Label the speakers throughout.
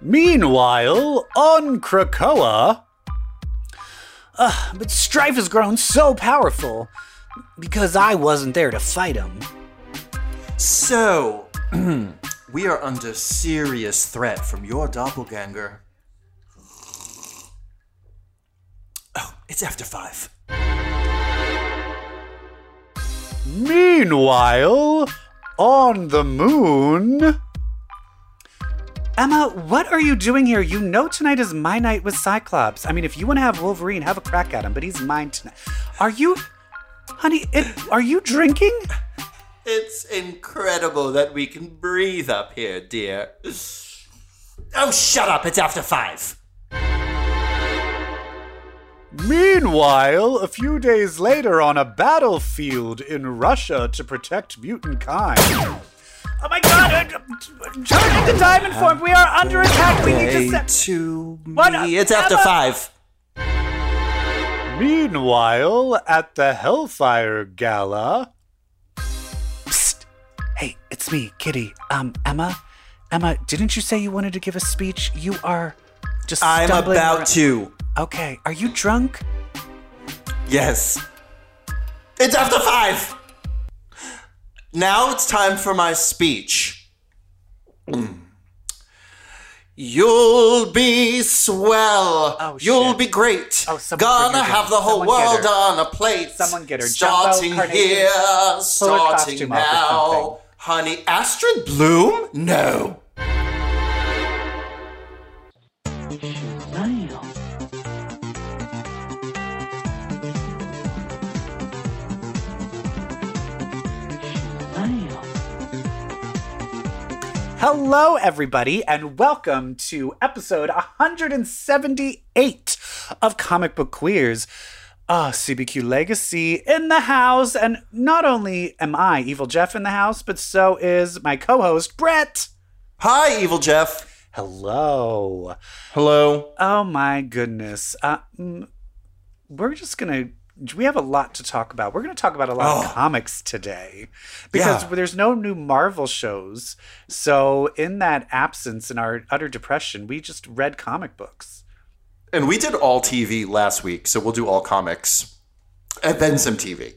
Speaker 1: Meanwhile, on Krakoa. Ugh, but Strife has grown so powerful because I wasn't there to fight him.
Speaker 2: So, we are under serious threat from your doppelganger. Oh, it's after five.
Speaker 1: Meanwhile, on the moon. Emma, what are you doing here? You know tonight is my night with Cyclops. I mean, if you want to have Wolverine, have a crack at him, but he's mine tonight. Are you, honey? It, are you drinking?
Speaker 2: It's incredible that we can breathe up here, dear. Oh, shut up! It's after five.
Speaker 1: Meanwhile, a few days later, on a battlefield in Russia to protect mutant kind. Oh my God! uh, Turn to the diamond form. We are under attack. We need to.
Speaker 2: Hey,
Speaker 1: Set-
Speaker 2: to
Speaker 1: What
Speaker 2: me.
Speaker 1: a-
Speaker 2: It's after
Speaker 1: Emma-
Speaker 2: five.
Speaker 1: Meanwhile, at the Hellfire Gala. Psst! Hey, it's me, Kitty. Um, Emma? Emma, didn't you say you wanted to give a speech? You are just.
Speaker 2: I'm
Speaker 1: stumbling
Speaker 2: about
Speaker 1: around-
Speaker 2: to.
Speaker 1: Okay, are you drunk?
Speaker 2: Yes. It's after five. Now it's time for my speech. Mm. You'll be swell.
Speaker 1: Oh,
Speaker 2: You'll
Speaker 1: shit.
Speaker 2: be great.
Speaker 1: Oh, someone bring
Speaker 2: Gonna
Speaker 1: her
Speaker 2: have
Speaker 1: drink.
Speaker 2: the whole
Speaker 1: Someone get
Speaker 2: world
Speaker 1: her.
Speaker 2: on a plate.
Speaker 1: Someone get her. Jumbo,
Speaker 2: Starting
Speaker 1: carnation.
Speaker 2: here, starting
Speaker 1: costume off or
Speaker 2: now.
Speaker 1: something.
Speaker 2: Honey, Astrid Bloom? No.
Speaker 1: Hello, everybody, and welcome to episode 178 of Comic Book Queers. Ah, CBQ Legacy in the house, and not only am I Evil Jeff in the house, but so is my co-host Brett.
Speaker 2: Hi, Evil Jeff.
Speaker 1: Hello.
Speaker 2: Hello.
Speaker 1: Oh my goodness. Uh, mm, we're just gonna. We have a lot to talk about. We're gonna talk about a lot
Speaker 2: Oh.
Speaker 1: of comics today because
Speaker 2: Yeah.
Speaker 1: there's no new Marvel shows. So in that absence, in our utter depression, we just read comic books.
Speaker 2: And we did all TV last week, so we'll do all comics. And then some TV.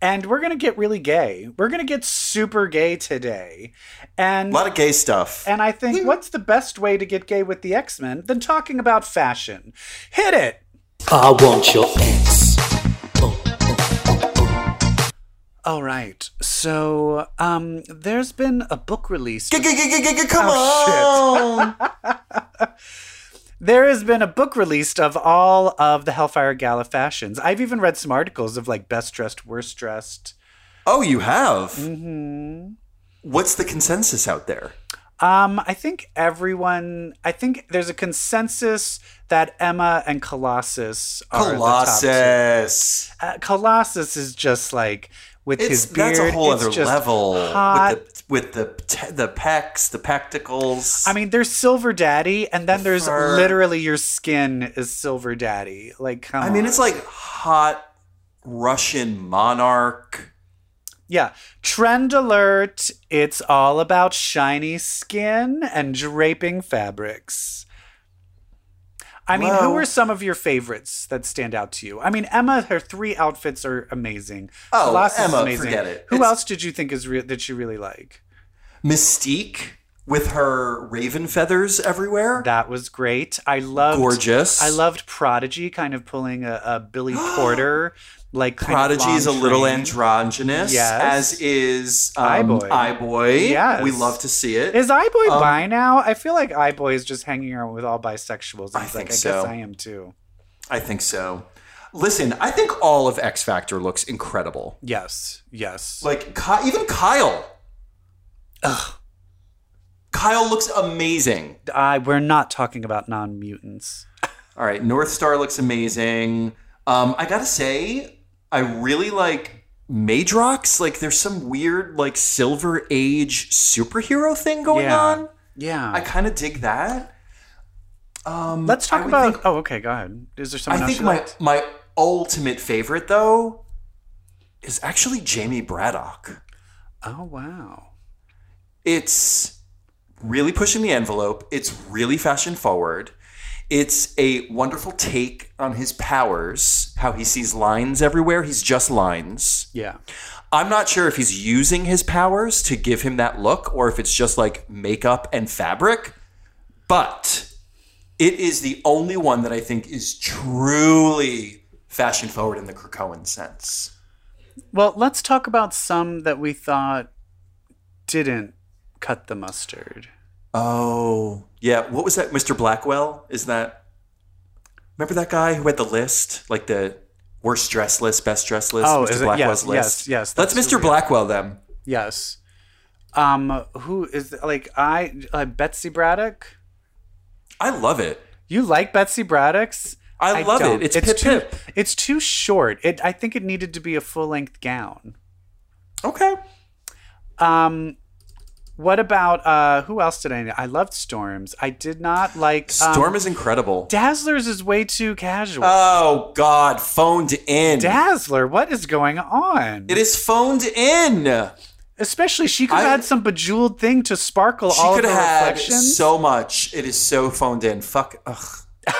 Speaker 1: and we're gonna get really gay. We're gonna get super gay today,
Speaker 2: A
Speaker 1: and
Speaker 2: lot of gay stuff.
Speaker 1: and I think what's the best way to get gay with the X Men than talking about fashion? Hit it.
Speaker 3: I want your ex.
Speaker 1: All right. So, um, there's been a book release.
Speaker 2: Come
Speaker 1: Oh,
Speaker 2: on!
Speaker 1: There has been a book released of all of the Hellfire Gala fashions. I've even read some articles of like best dressed, worst dressed.
Speaker 2: oh, you have?
Speaker 1: Mm-hmm.
Speaker 2: What's the consensus out there?
Speaker 1: Um, I think everyone. I think there's a consensus that Emma and Colossus are The top
Speaker 2: Colossus.
Speaker 1: two. Uh, Colossus is just like with
Speaker 2: It's
Speaker 1: his beard.
Speaker 2: that's a whole
Speaker 1: it's
Speaker 2: other
Speaker 1: just
Speaker 2: level
Speaker 1: Hot.
Speaker 2: with the with the te- the pecs, the pectacles.
Speaker 1: I mean, there's Silver Daddy, and then there's
Speaker 2: fur.
Speaker 1: literally your skin is Silver Daddy. Like, come
Speaker 2: I mean,
Speaker 1: on.
Speaker 2: it's like hot Russian monarch.
Speaker 1: Yeah. Trend alert. It's all about shiny skin and draping fabrics. I mean, who
Speaker 2: Hello?
Speaker 1: are some of your favorites that stand out to you? I mean, Emma, her three outfits are amazing.
Speaker 2: Oh,
Speaker 1: Colossus is
Speaker 2: Emma,
Speaker 1: amazing.
Speaker 2: forget it.
Speaker 1: Who
Speaker 2: It's-
Speaker 1: else did you think is re- that you really like?
Speaker 2: Mystique with her raven feathers everywhere.
Speaker 1: That was great. I loved
Speaker 2: Gorgeous.
Speaker 1: I loved Prodigy kind of pulling a, a Billy Porter like kind of
Speaker 2: Prodigy is a
Speaker 1: long
Speaker 2: little
Speaker 1: train.
Speaker 2: androgynous,
Speaker 1: Yes.
Speaker 2: as is um,
Speaker 1: Iboy.
Speaker 2: iBoy.
Speaker 1: Yes.
Speaker 2: we love to see it.
Speaker 1: Is iBoy
Speaker 2: Um,
Speaker 1: bi now? I feel like iBoy is just hanging around with all bisexuals.
Speaker 2: I
Speaker 1: And he's
Speaker 2: think
Speaker 1: like, I
Speaker 2: so.
Speaker 1: guess I am too.
Speaker 2: I think so. Listen, I think all of X Factor looks incredible.
Speaker 1: Yes, yes.
Speaker 2: Like Ky- even Kyle.
Speaker 1: Ugh.
Speaker 2: Kyle looks amazing.
Speaker 1: I, we're not talking about non mutants.
Speaker 2: All right, North Star looks amazing. Um, I gotta say, I really like Madrox. Like, there's some weird, like, Silver Age superhero thing going
Speaker 1: Yeah.
Speaker 2: on.
Speaker 1: Yeah.
Speaker 2: I kind of dig that. Um,
Speaker 1: Let's
Speaker 2: I
Speaker 1: talk
Speaker 2: would
Speaker 1: about.
Speaker 2: think-
Speaker 1: oh, okay. Go ahead. Is there someone
Speaker 2: I
Speaker 1: else
Speaker 2: think
Speaker 1: you
Speaker 2: my
Speaker 1: liked?
Speaker 2: my ultimate favorite though is actually Jamie Braddock.
Speaker 1: Oh wow.
Speaker 2: It's really pushing the envelope. It's really fashion forward. It's a wonderful take on his powers, how he sees lines everywhere. He's just lines.
Speaker 1: Yeah.
Speaker 2: I'm not sure if he's using his powers to give him that look or if it's just like makeup and fabric, but it is the only one that I think is truly fashion forward in the Krakoan sense.
Speaker 1: Well, let's talk about some that we thought didn't cut the mustard.
Speaker 2: Oh, yeah. What was that, Mr. Blackwell? Is that. Remember that guy who had the list? Like the worst dress list, best dress list?
Speaker 1: Oh,
Speaker 2: Mr.
Speaker 1: is it-
Speaker 2: Blackwell's
Speaker 1: yes,
Speaker 2: list?
Speaker 1: yes, yes,
Speaker 2: Let's
Speaker 1: that's
Speaker 2: Mr. Blackwell them.
Speaker 1: Yes. Um, who is like I uh, Betsy Braddock?
Speaker 2: I love it.
Speaker 1: You like Betsy Braddock's?
Speaker 2: I love it.
Speaker 1: don't.
Speaker 2: It's Pip
Speaker 1: too,
Speaker 2: Pip.
Speaker 1: It's too short. It I think it needed to be a full length gown.
Speaker 2: Okay.
Speaker 1: Um, what about uh? Who else did I? I loved Storms. I did not like um,
Speaker 2: Storm is incredible.
Speaker 1: Dazzlers is way too casual.
Speaker 2: Oh God, phoned in.
Speaker 1: Dazzler, what is going on?
Speaker 2: it is phoned in.
Speaker 1: Especially, she could have
Speaker 2: I-
Speaker 1: had some bejeweled thing to sparkle
Speaker 2: She
Speaker 1: all
Speaker 2: could
Speaker 1: of
Speaker 2: have
Speaker 1: her
Speaker 2: had
Speaker 1: reflections.
Speaker 2: so much. It is so phoned in. Fuck. Ugh.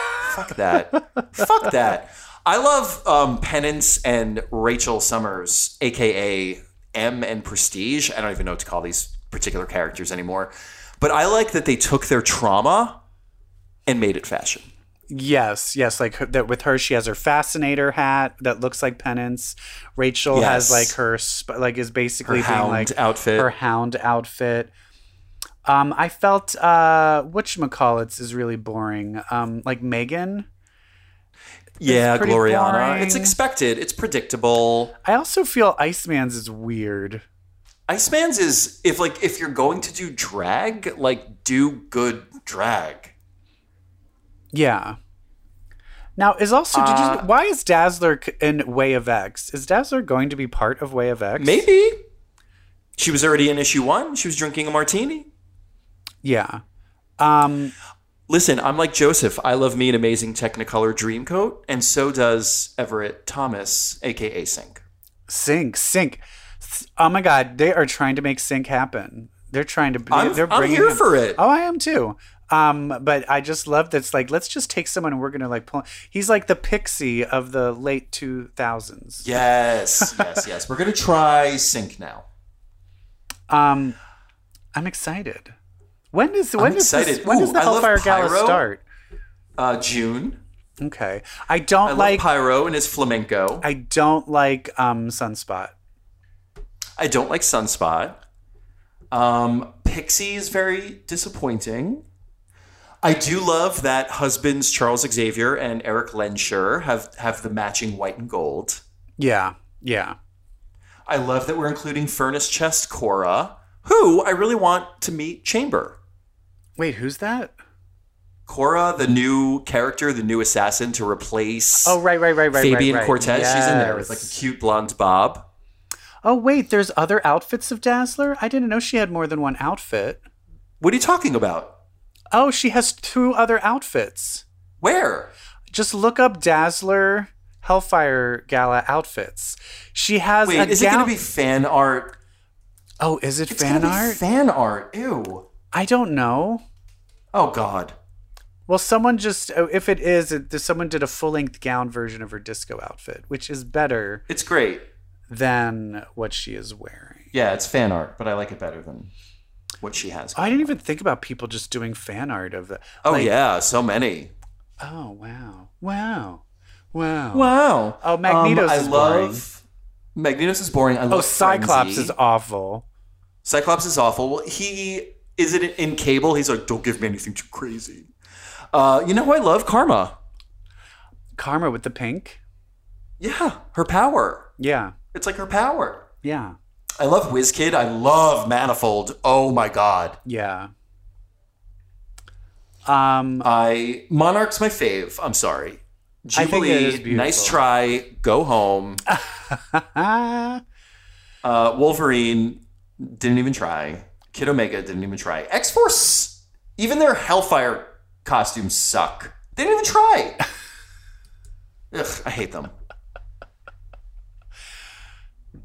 Speaker 2: Fuck that. Fuck that. I love um, Penance and Rachel Summers, aka M and Prestige. I don't even know what to call these particular characters anymore. But I like that they took their trauma and made it fashion.
Speaker 1: Yes, yes. Like her, that with her, she has her fascinator hat that looks like penance. Rachel has
Speaker 2: Yes.
Speaker 1: like her sp- like is basically
Speaker 2: Her
Speaker 1: being
Speaker 2: hound
Speaker 1: like
Speaker 2: outfit.
Speaker 1: Her hound outfit. Um, I felt uh, whatchamacallits is really boring. Um, like Megan.
Speaker 2: Yeah,
Speaker 1: pretty
Speaker 2: Gloriana.
Speaker 1: boring.
Speaker 2: It's expected. It's predictable.
Speaker 1: I also feel Iceman's is weird.
Speaker 2: Iceman's is if like if you're going to do drag, like do good drag.
Speaker 1: Yeah. Now is also did
Speaker 2: Uh,
Speaker 1: you, why is Dazzler c- in Way of X? Is Dazzler going to be part of Way of X?
Speaker 2: Maybe. She was already in issue one. She was drinking a martini.
Speaker 1: Yeah. Um,
Speaker 2: Listen, I'm like Joseph. I love me an amazing Technicolor Dreamcoat, and so does Everett Thomas, aka Sync.
Speaker 1: Sync, sync. S- Oh my God, they are trying to make sync happen. They're trying to.
Speaker 2: I'm-
Speaker 1: they're
Speaker 2: I'm
Speaker 1: bringing
Speaker 2: here
Speaker 1: him-
Speaker 2: for it.
Speaker 1: Oh, I am too. Um, but I just love that's like let's just take someone and we're gonna like pull. He's like the pixie of the late two thousands.
Speaker 2: Yes, yes, yes. We're gonna try Sync now.
Speaker 1: Um, I'm excited. When does when does this,
Speaker 2: excited.
Speaker 1: when does
Speaker 2: Ooh,
Speaker 1: the
Speaker 2: I love
Speaker 1: Hellfire Gala
Speaker 2: Pyro.
Speaker 1: start?
Speaker 2: Uh, June.
Speaker 1: Okay, I don't
Speaker 2: I
Speaker 1: like
Speaker 2: love Pyro and his flamenco.
Speaker 1: I don't like um Sunspot.
Speaker 2: I don't like Sunspot. Um, Pixie is very disappointing. I do love that husbands Charles Xavier and Eric Lensher have have the matching white and gold.
Speaker 1: Yeah, yeah.
Speaker 2: I love that we're including Furnace Chest Cora, who I really want to meet Chamber.
Speaker 1: Wait, who's that?
Speaker 2: Cora, the new character, the new assassin to replace
Speaker 1: Oh, right, right, right, right.
Speaker 2: Fabian
Speaker 1: right, right.
Speaker 2: Cortez. She's in there with like a
Speaker 1: Yes.
Speaker 2: cute blonde bob.
Speaker 1: Oh wait, there's other outfits of Dazzler? I didn't know she had more than one outfit.
Speaker 2: What are you talking about?
Speaker 1: Oh, she has two other outfits.
Speaker 2: Where?
Speaker 1: Just look up Dazzler Hellfire Gala outfits. She has
Speaker 2: Wait,
Speaker 1: a
Speaker 2: is it
Speaker 1: gown.
Speaker 2: going to be fan art?
Speaker 1: oh, is it
Speaker 2: It's
Speaker 1: fan
Speaker 2: gonna be
Speaker 1: art?
Speaker 2: fan art. Ew.
Speaker 1: I don't know.
Speaker 2: Oh God.
Speaker 1: Well, someone just oh, if it is, it, someone did a full-length gown version of her disco outfit, which is better
Speaker 2: It's great.
Speaker 1: than what she is wearing.
Speaker 2: Yeah, it's fan art, but I like it better than what she has.
Speaker 1: I didn't even think about people just doing fan art of the.
Speaker 2: oh yeah, so many.
Speaker 1: Oh wow, wow, wow.
Speaker 2: Wow.
Speaker 1: Oh, Magneto's is
Speaker 2: Um, Magnetos is boring. I love
Speaker 1: Oh, Cyclops
Speaker 2: Frenzy.
Speaker 1: is awful.
Speaker 2: Cyclops is awful. Well, he is it in Cable. He's like, don't give me anything too crazy. Uh, you know who I love? Karma.
Speaker 1: Karma with the pink.
Speaker 2: Yeah, her power.
Speaker 1: Yeah,
Speaker 2: It's like her power.
Speaker 1: yeah,
Speaker 2: I love WizKid. I love Manifold. Oh my God.
Speaker 1: yeah. Um,
Speaker 2: I Monarch's my fave. I'm sorry.
Speaker 1: I think it is
Speaker 2: Jubilee,
Speaker 1: beautiful.
Speaker 2: nice try. Go home.
Speaker 1: ah,
Speaker 2: Uh, Wolverine didn't even try. Kid Omega didn't even try. X Force, even their Hellfire costumes suck. They didn't even try. Ugh, I hate them.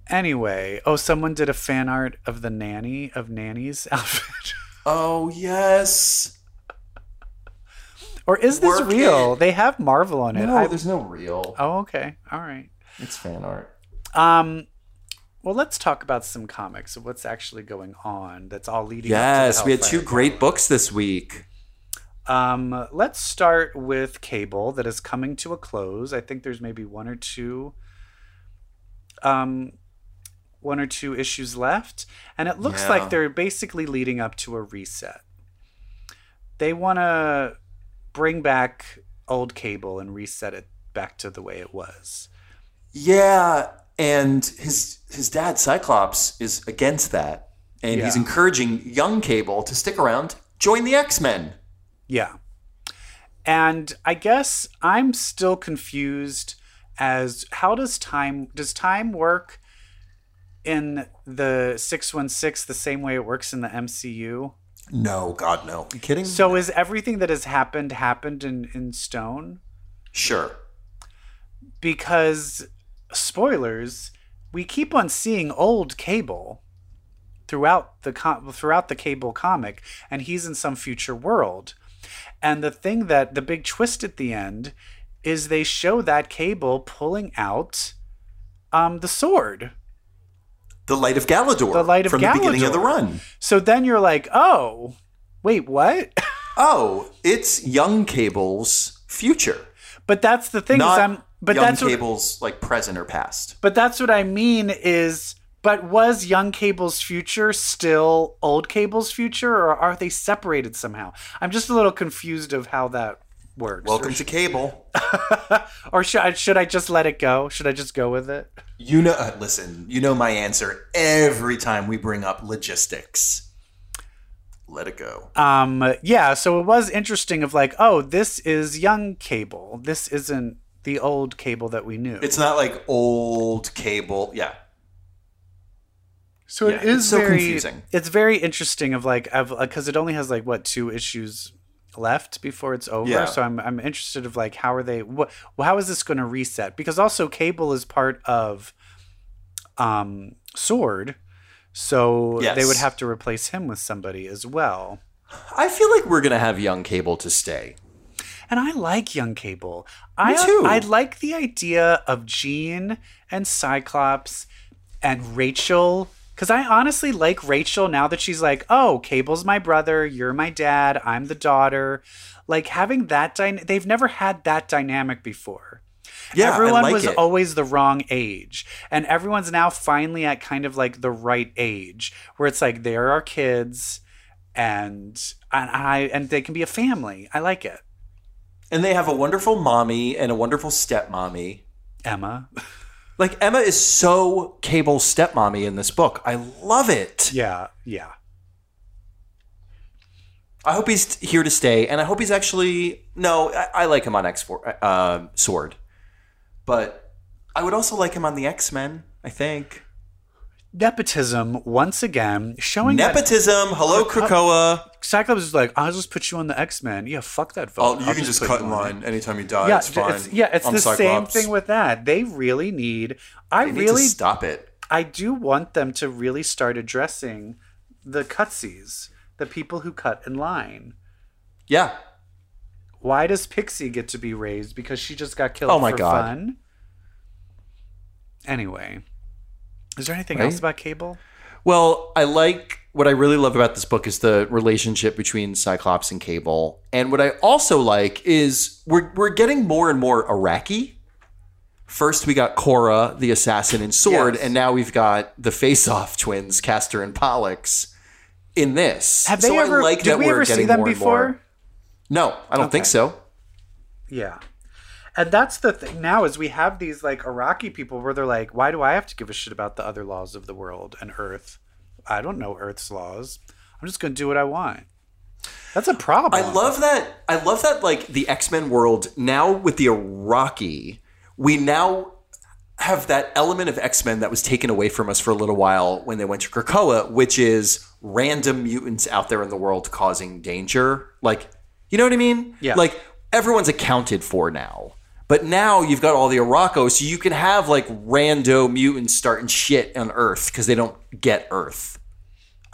Speaker 1: anyway, oh, someone did a fan art of the nanny of Nanny's outfit.
Speaker 2: Oh yes.
Speaker 1: Or is this
Speaker 2: Work
Speaker 1: real?
Speaker 2: it.
Speaker 1: They have Marvel on it.
Speaker 2: No,
Speaker 1: I-
Speaker 2: there's no real.
Speaker 1: oh, okay. All right.
Speaker 2: It's fan art.
Speaker 1: Um, well, let's talk about some comics. of What's actually going on? That's all leading. up to the
Speaker 2: Yes, we had two
Speaker 1: Hellfire.
Speaker 2: great books this week.
Speaker 1: Um, let's start with Cable that is coming to a close. I think there's maybe one or two, um, one or two issues left, and it looks
Speaker 2: Yeah.
Speaker 1: like they're basically leading up to a reset. They want to bring back old Cable and reset it back to the way it was.
Speaker 2: Yeah, and his his dad Cyclops is against that, and he's
Speaker 1: Yeah.
Speaker 2: encouraging young Cable to stick around, join the X Men.
Speaker 1: Yeah. And I guess I'm still confused as how does time does time work in the 616 the same way it works in the MCU?
Speaker 2: No, God, no. you kidding?
Speaker 1: So is everything that has happened happened in in stone?
Speaker 2: sure.
Speaker 1: Because spoilers, we keep on seeing old Cable throughout the com- throughout the Cable comic and he's in some future world. And the thing that the big twist at the end is they show that cable pulling out um, the sword.
Speaker 2: The Light of Galador.
Speaker 1: The Light of
Speaker 2: from the beginning of the
Speaker 1: Galador.
Speaker 2: run.
Speaker 1: So then you're like, oh, wait, what?
Speaker 2: Oh, it's young Cable's future,
Speaker 1: but that's the thing
Speaker 2: not
Speaker 1: is I'm but
Speaker 2: young
Speaker 1: that's what,
Speaker 2: Cable's like present or past.
Speaker 1: but that's what I mean is but was young cable's future still old cable's future or are they separated somehow? I'm just a little confused of how that works.
Speaker 2: Welcome to Cable.
Speaker 1: or should I, should I just let it go? Should I just go with it?
Speaker 2: You know, uh, listen, you know my answer every time we bring up logistics. Let it go.
Speaker 1: um yeah so it was interesting of like oh this is young cable this isn't the old cable that we knew
Speaker 2: It's not like old Cable. Yeah.
Speaker 1: so
Speaker 2: yeah, it's so confusing.
Speaker 1: it's very interesting of like of because it only has like what two issues left before it's over
Speaker 2: Yeah.
Speaker 1: so i'm i'm interested of like how are they what well, how is this going to reset because also cable is part of um sword so they
Speaker 2: Yes.
Speaker 1: would have to replace him with somebody as well
Speaker 2: I feel like we're gonna have young Cable to stay.
Speaker 1: And I like young Cable. I
Speaker 2: too.
Speaker 1: I like the idea of Jean and Cyclops and Rachel cuz I honestly like Rachel now that she's like, "Oh, Cable's my brother, you're my dad, I'm the daughter." Like having that dyna- they've never had that dynamic before.
Speaker 2: Yeah, I
Speaker 1: everyone
Speaker 2: like
Speaker 1: was
Speaker 2: it.
Speaker 1: always the wrong age, and everyone's now finally at kind of like the right age where it's like there are kids and and I and they can be a family. I like it.
Speaker 2: And they have a wonderful mommy and a wonderful stepmommy.
Speaker 1: Emma.
Speaker 2: Like Emma is so Cable's stepmommy in this book. I love it.
Speaker 1: Yeah, yeah.
Speaker 2: I hope he's here to stay, and I hope he's actually no. I, I like him on X uh, Sword, but I would also like him on the X Men. I think
Speaker 1: Nepotism once again showing that
Speaker 2: nepotism. Hello, Krakoa.
Speaker 1: Cyclops is like, I'll just put you on the X Men. Yeah, fuck that vote.
Speaker 2: Oh, you can just cut in line anytime you die.
Speaker 1: Yeah,
Speaker 2: it's fine.
Speaker 1: it's, yeah, it's
Speaker 2: I'm
Speaker 1: the same
Speaker 2: Cyclops.
Speaker 1: thing with that. They really need. I
Speaker 2: They need to
Speaker 1: really,
Speaker 2: stop it.
Speaker 1: I do want them to really start addressing the cutsies, the people who cut in line.
Speaker 2: Yeah,
Speaker 1: Why does Pixie get to be raised because she just got killed
Speaker 2: Oh my
Speaker 1: for
Speaker 2: God.
Speaker 1: fun? Anyway, is there anything
Speaker 2: Right?
Speaker 1: else about Cable?
Speaker 2: Well, I like what I really love about this book is the relationship between Cyclops and Cable. And what I also like is we're we're getting more and more Iraqi. First we got Cora, the assassin and sword,
Speaker 1: Yes.
Speaker 2: and now we've got the face-off twins, Castor and Pollux, in this.
Speaker 1: Have they
Speaker 2: so
Speaker 1: ever?
Speaker 2: I like
Speaker 1: did
Speaker 2: that
Speaker 1: we
Speaker 2: we're
Speaker 1: ever
Speaker 2: getting
Speaker 1: see them
Speaker 2: more and
Speaker 1: before?
Speaker 2: more- No, I don't think
Speaker 1: Okay.
Speaker 2: so.
Speaker 1: Yeah. And that's the thing now is we have these like Iraqi people where they're like, why do I have to give a shit about the other laws of the world and Earth? I don't know Earth's laws. I'm just gonna do what I want. That's a problem.
Speaker 2: I love that. I love that. Like the X Men world now with the Iraqi, we now have that element of X Men that was taken away from us for a little while when they went to Krakoa, which is random mutants out there in the world causing danger. Like, you know what I mean?
Speaker 1: Yeah.
Speaker 2: Like everyone's accounted for now. But now you've got all the Iraqos, so you can have like rando mutants starting shit on Earth because they don't get Earth.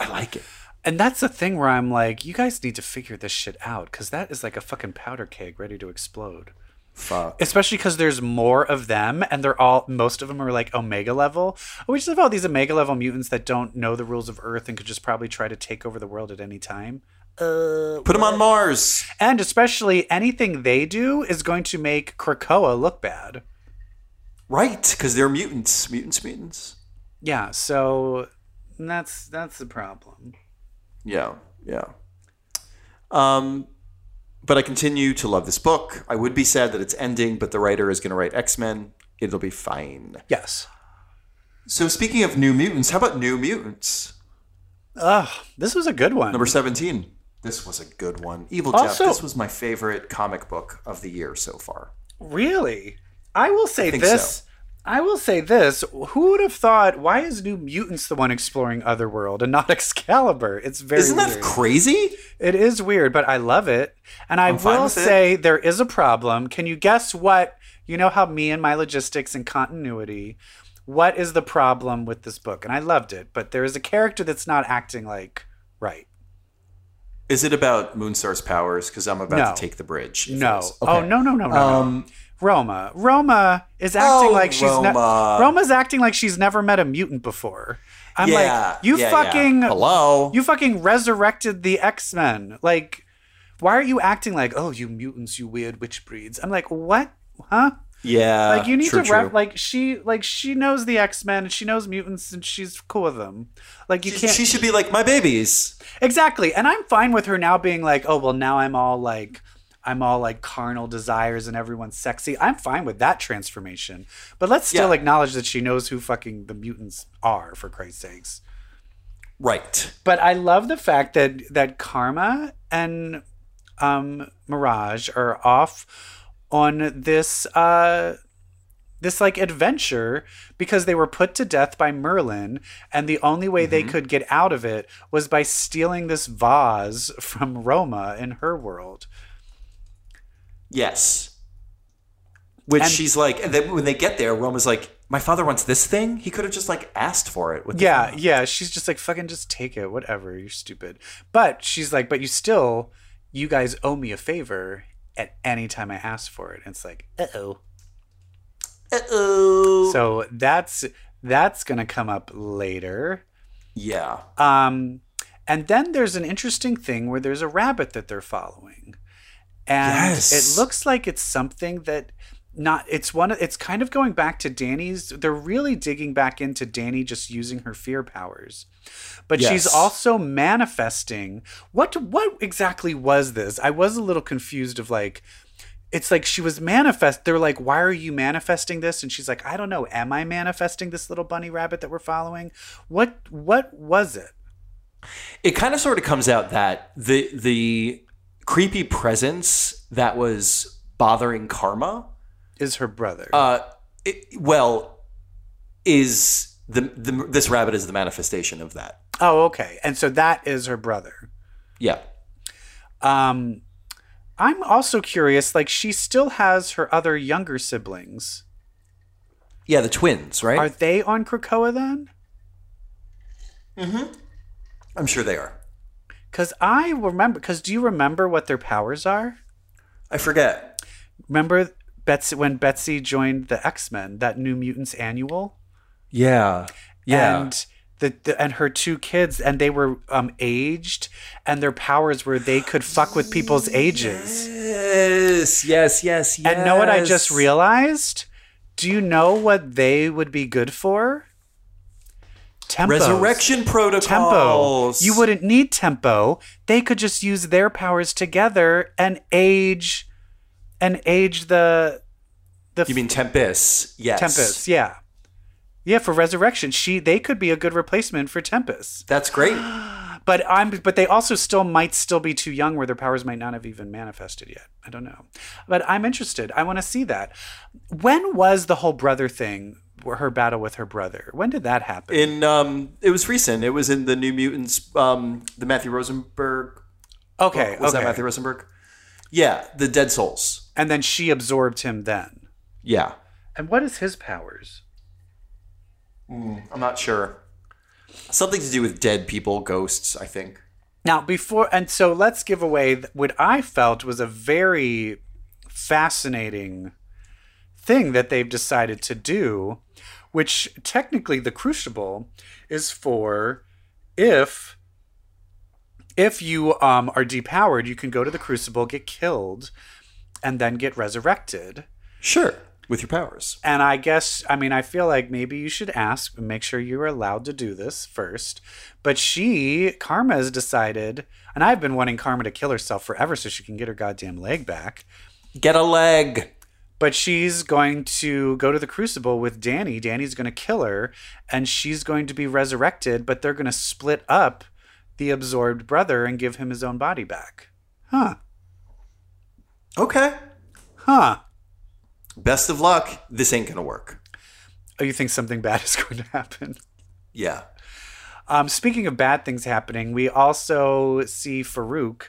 Speaker 2: I like it.
Speaker 1: And that's the thing where I'm like, you guys need to figure this shit out because that is like a fucking powder keg ready to explode.
Speaker 2: Fuck.
Speaker 1: Especially because there's more of them, and they're all most of them are like Omega level. We just have all these Omega level mutants that don't know the rules of Earth and could just probably try to take over the world at any time.
Speaker 2: Put him on Mars.
Speaker 1: And especially anything they do is going to make Krakoa look bad.
Speaker 2: Right, because they're mutants. Mutants, mutants.
Speaker 1: Yeah, so that's that's the problem.
Speaker 2: Yeah, yeah. Um, but I continue to love this book. I would be sad that it's ending, but the writer is going to write X Men. It'll be fine.
Speaker 1: Yes.
Speaker 2: So speaking of New Mutants, how about New Mutants
Speaker 1: Ugh, this was a good one.
Speaker 2: number seventeen? This was a good one. Evil
Speaker 1: Also-
Speaker 2: Jeff. This was my favorite comic book of the year so far.
Speaker 1: Really? I will say
Speaker 2: think
Speaker 1: this.
Speaker 2: so.
Speaker 1: I will say this. Who would have thought? Why is New Mutants the one exploring Otherworld and not Excalibur? It's very
Speaker 2: Isn't that
Speaker 1: weird.
Speaker 2: crazy?
Speaker 1: it is weird, but I love it. And I
Speaker 2: fine
Speaker 1: will
Speaker 2: with it.
Speaker 1: say there is a problem. Can you guess what? You know how me and my logistics and continuity. What is the problem with this book? And I loved it, but there is a character that's not acting like right.
Speaker 2: Is it about Moonstar's powers? Because I'm about
Speaker 1: No.
Speaker 2: to take the bridge. if
Speaker 1: No.
Speaker 2: it is.
Speaker 1: Oh
Speaker 2: Okay.
Speaker 1: no no no no. no.
Speaker 2: Um,
Speaker 1: Roma. Roma is acting
Speaker 2: Oh,
Speaker 1: like she's ne-
Speaker 2: Roma.
Speaker 1: Roma's acting like she's never met a mutant before. I'm
Speaker 2: yeah.
Speaker 1: like, you
Speaker 2: yeah, yeah.
Speaker 1: fucking
Speaker 2: hello.
Speaker 1: you fucking resurrected the X-Men. Like, why are you acting like, oh, you mutants, you weird witch breeds? I'm like, what? Huh?
Speaker 2: yeah.
Speaker 1: Like you need
Speaker 2: Uh, true,
Speaker 1: to rep
Speaker 2: true.
Speaker 1: like she like she knows the X-Men and she knows mutants and she's cool with them. Like you
Speaker 2: She-
Speaker 1: can't
Speaker 2: She should be like my babies.
Speaker 1: Exactly. And I'm fine with her now being like, oh, well, now I'm all like, I'm all like carnal desires and everyone's sexy. I'm fine with that transformation. But let's still
Speaker 2: Yeah.
Speaker 1: acknowledge that she knows who fucking the mutants are, for Christ's sakes.
Speaker 2: Right.
Speaker 1: But I love the fact that that Karma and um, Mirage are off on this uh, this like adventure because they were put to death by Merlin, and the only way they could get out of it was by stealing this vase from Roma in her world.
Speaker 2: Yes. Which
Speaker 1: And-
Speaker 2: she's like, and then when they get there, Roma's like, "My father wants this thing. He could have just like asked for it." With the
Speaker 1: Yeah,
Speaker 2: phone."
Speaker 1: yeah. She's just like, fucking just take it, whatever, you're stupid. But she's like, but you still, you guys owe me a favor at any time I ask for it. And it's like, uh oh.
Speaker 2: Uh-oh.
Speaker 1: So that's that's gonna come up later.
Speaker 2: yeah.
Speaker 1: Um, and then there's an interesting thing where there's a rabbit that they're following, and
Speaker 2: Yes.
Speaker 1: it looks like it's something that not it's one it's kind of going back to Danny's they're really digging back into Danny just using her fear powers but she's
Speaker 2: Yes.
Speaker 1: also manifesting what what exactly was this I was a little confused of like it's like she was manifest they're like why are you manifesting this and she's like I don't know am I manifesting this little bunny rabbit that we're following what what was it
Speaker 2: It kind of sort of comes out that the the creepy presence that was bothering Karma,
Speaker 1: is her brother.
Speaker 2: uh, it, well, is the, the this rabbit is the manifestation of that.
Speaker 1: oh, okay. And so that is her brother.
Speaker 2: Yeah.
Speaker 1: Um, I'm also curious. Like, she still has her other younger siblings.
Speaker 2: Yeah, the twins, right?
Speaker 1: Are they on Krakoa then?
Speaker 2: I'm sure they are.
Speaker 1: Because I remember. Because do you remember what their powers are?
Speaker 2: I forget.
Speaker 1: Remember Betsy when Betsy joined the X Men, that New Mutants annual.
Speaker 2: Yeah. Yeah.
Speaker 1: And the, the and her two kids, and they were um aged, and their powers were they could fuck with people's ages.
Speaker 2: Yes, yes, yes, yes.
Speaker 1: And know what I just realized? Do you know what they would be good for? Tempo.
Speaker 2: Resurrection
Speaker 1: Tempo.
Speaker 2: protocols.
Speaker 1: You wouldn't need tempo. They could just use their powers together and age and age the the
Speaker 2: You mean Tempest? Yes.
Speaker 1: Tempest. Yeah. Yeah, for resurrection, she they could be a good replacement for Tempest.
Speaker 2: That's great.
Speaker 1: But I'm but they also still might still be too young where their powers might not have even manifested yet. I don't know. But I'm interested. I want to see that. When was the whole brother thing, her battle with her brother? When did that happen?
Speaker 2: In um, it was recent. It was in the New Mutants, um, the Matthew Rosenberg.
Speaker 1: okay,
Speaker 2: Was
Speaker 1: okay.
Speaker 2: that Matthew Rosenberg? Yeah, the Dead Souls.
Speaker 1: and then she absorbed him then.
Speaker 2: Yeah,
Speaker 1: And what is his powers?
Speaker 2: I'm not sure. Something to do with dead people, ghosts. I think.
Speaker 1: Now, before, and so let's give away th- what I felt was a very fascinating thing that they've decided to do, which technically the crucible is for if if you um, are depowered, you can go to the crucible, get killed, and then get resurrected.
Speaker 2: Sure. With your powers.
Speaker 1: And I guess, I mean, I feel like maybe you should ask and make sure you're allowed to do this first. But she, Karma, has decided, and I've been wanting Karma to kill herself forever so she can get her goddamn leg back.
Speaker 2: Get a leg.
Speaker 1: But she's going to go to the crucible with Danny. Danny's going to kill her, and she's going to be resurrected, but they're going to split up the absorbed brother and give him his own body back. Huh.
Speaker 2: Okay.
Speaker 1: Huh.
Speaker 2: Best of luck. This ain't gonna work.
Speaker 1: Oh, you think something bad is going to happen?
Speaker 2: Yeah.
Speaker 1: Um, speaking of bad things happening, we also see Farouk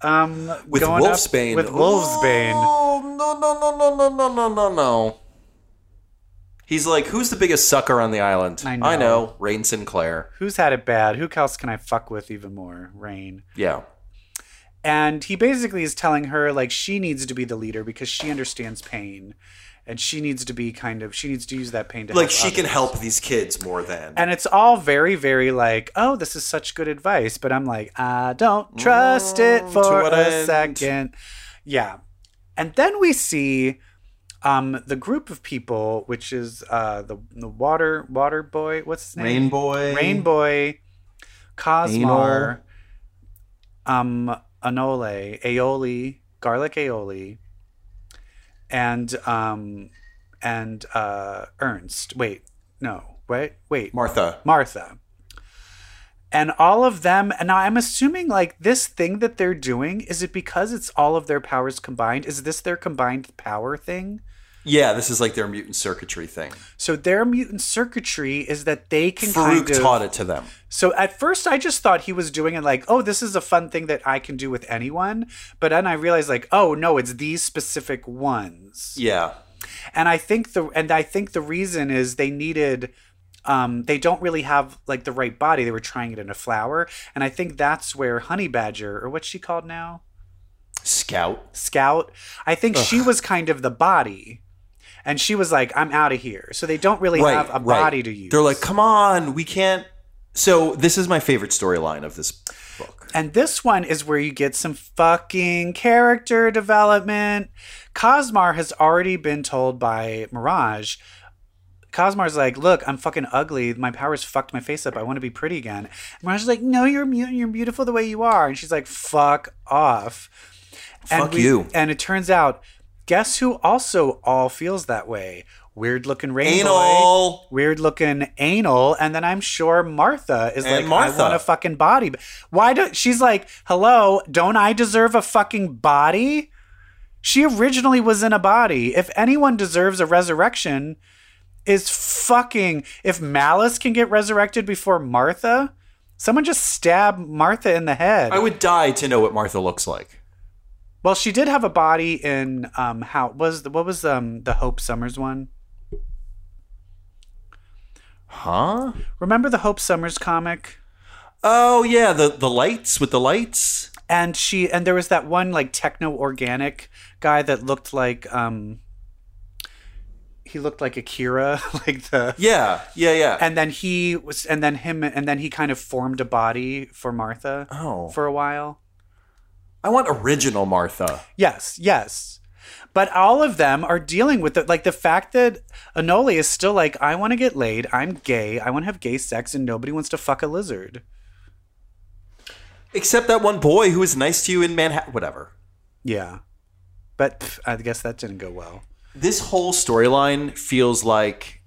Speaker 1: um,
Speaker 2: With
Speaker 1: going up-
Speaker 2: Wolfsbane.
Speaker 1: With Wolfsbane.
Speaker 2: Oh no no no no no no no no no. He's like, who's the biggest sucker on the island?
Speaker 1: I know.
Speaker 2: I know. Rain Sinclair.
Speaker 1: Who's had it bad? Who else can I fuck with even more? Rain.
Speaker 2: Yeah.
Speaker 1: And he basically is telling her like she needs to be the leader because she understands pain, and she needs to be kind of she needs to use that pain to
Speaker 2: Like
Speaker 1: help
Speaker 2: she
Speaker 1: others.
Speaker 2: can help these kids more than.
Speaker 1: And it's all very, very like, oh, this is such good advice. But I'm like, I don't trust it
Speaker 2: Mm, to
Speaker 1: for
Speaker 2: what
Speaker 1: a
Speaker 2: end?
Speaker 1: second. Yeah. And then we see um, the group of people, which is uh, the, the water water boy. What's his name?
Speaker 2: Rainboy.
Speaker 1: Rainboy, Cosmar, um, Anole, Aioli, Garlic Aioli, and um, and uh, Ernst. Wait, no, wait, wait,
Speaker 2: Martha.
Speaker 1: Martha. And all of them, and now I'm assuming like this thing that they're doing, is it because it's all of their powers combined? Is this their combined power thing?
Speaker 2: Yeah, this is like their mutant circuitry thing.
Speaker 1: So their mutant circuitry is that they can
Speaker 2: Farouk
Speaker 1: kind of,
Speaker 2: taught it to them.
Speaker 1: So at first, I just thought he was doing it like, oh, this is a fun thing that I can do with anyone. But then I realized, like, oh no, it's these specific ones.
Speaker 2: Yeah.
Speaker 1: And I think the and I think the reason is they needed. Um, they don't really have like the right body. They were trying it in a flower, and I think that's where Honey Badger or what's she called now,
Speaker 2: Scout.
Speaker 1: Scout. I think she was kind of the body, and she was like, "I'm out of here." So they don't really
Speaker 2: right.
Speaker 1: have a
Speaker 2: right.
Speaker 1: body to use.
Speaker 2: They're like, come on, we can't. So this is my favorite storyline of this book.
Speaker 1: And this one is where you get some fucking character development. Cosmar has already been told by Mirage. Cosmar's like, look, I'm fucking ugly. My powers fucked my face up. I want to be pretty again. And Mirage's like, no, you're mutant. You're beautiful the way you are. And she's like, fuck off.
Speaker 2: Fuck you.
Speaker 1: And it turns out, guess who also all feels that way? Weird looking rainbow
Speaker 2: Anal.
Speaker 1: weird looking anal and then i'm sure martha is
Speaker 2: And
Speaker 1: like
Speaker 2: Martha.
Speaker 1: i want a fucking body why do she's like hello don't i deserve a fucking body she originally was in a body if anyone deserves a resurrection is fucking if malice can get resurrected before martha someone just stab martha in the head
Speaker 2: I would die to know what Martha looks like.
Speaker 1: well she did have a body in um how was the what was um the hope summers one
Speaker 2: Huh?
Speaker 1: remember the hope summers comic
Speaker 2: Oh yeah, the the lights with the lights.
Speaker 1: and she and there was that one like techno organic guy that looked like um he looked like akira like the
Speaker 2: Yeah, yeah, yeah.
Speaker 1: and then he was and then him and then he kind of formed a body for martha
Speaker 2: Oh.
Speaker 1: for a while
Speaker 2: I want original Martha.
Speaker 1: yes yes but all of them are dealing with it like the fact that anoli is still like i want to get laid i'm gay i want to have gay sex and nobody wants to fuck a lizard
Speaker 2: Except that one boy who was nice to you in Manhattan. Whatever.
Speaker 1: yeah but pff, i guess that didn't go well
Speaker 2: This whole storyline feels like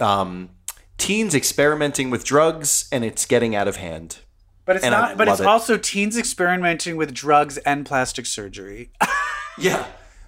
Speaker 2: um, teens experimenting with drugs, and it's getting out of hand.
Speaker 1: But it's
Speaker 2: And I
Speaker 1: not. But
Speaker 2: love
Speaker 1: it's
Speaker 2: it.
Speaker 1: also teens experimenting with drugs and plastic surgery.
Speaker 2: Yeah.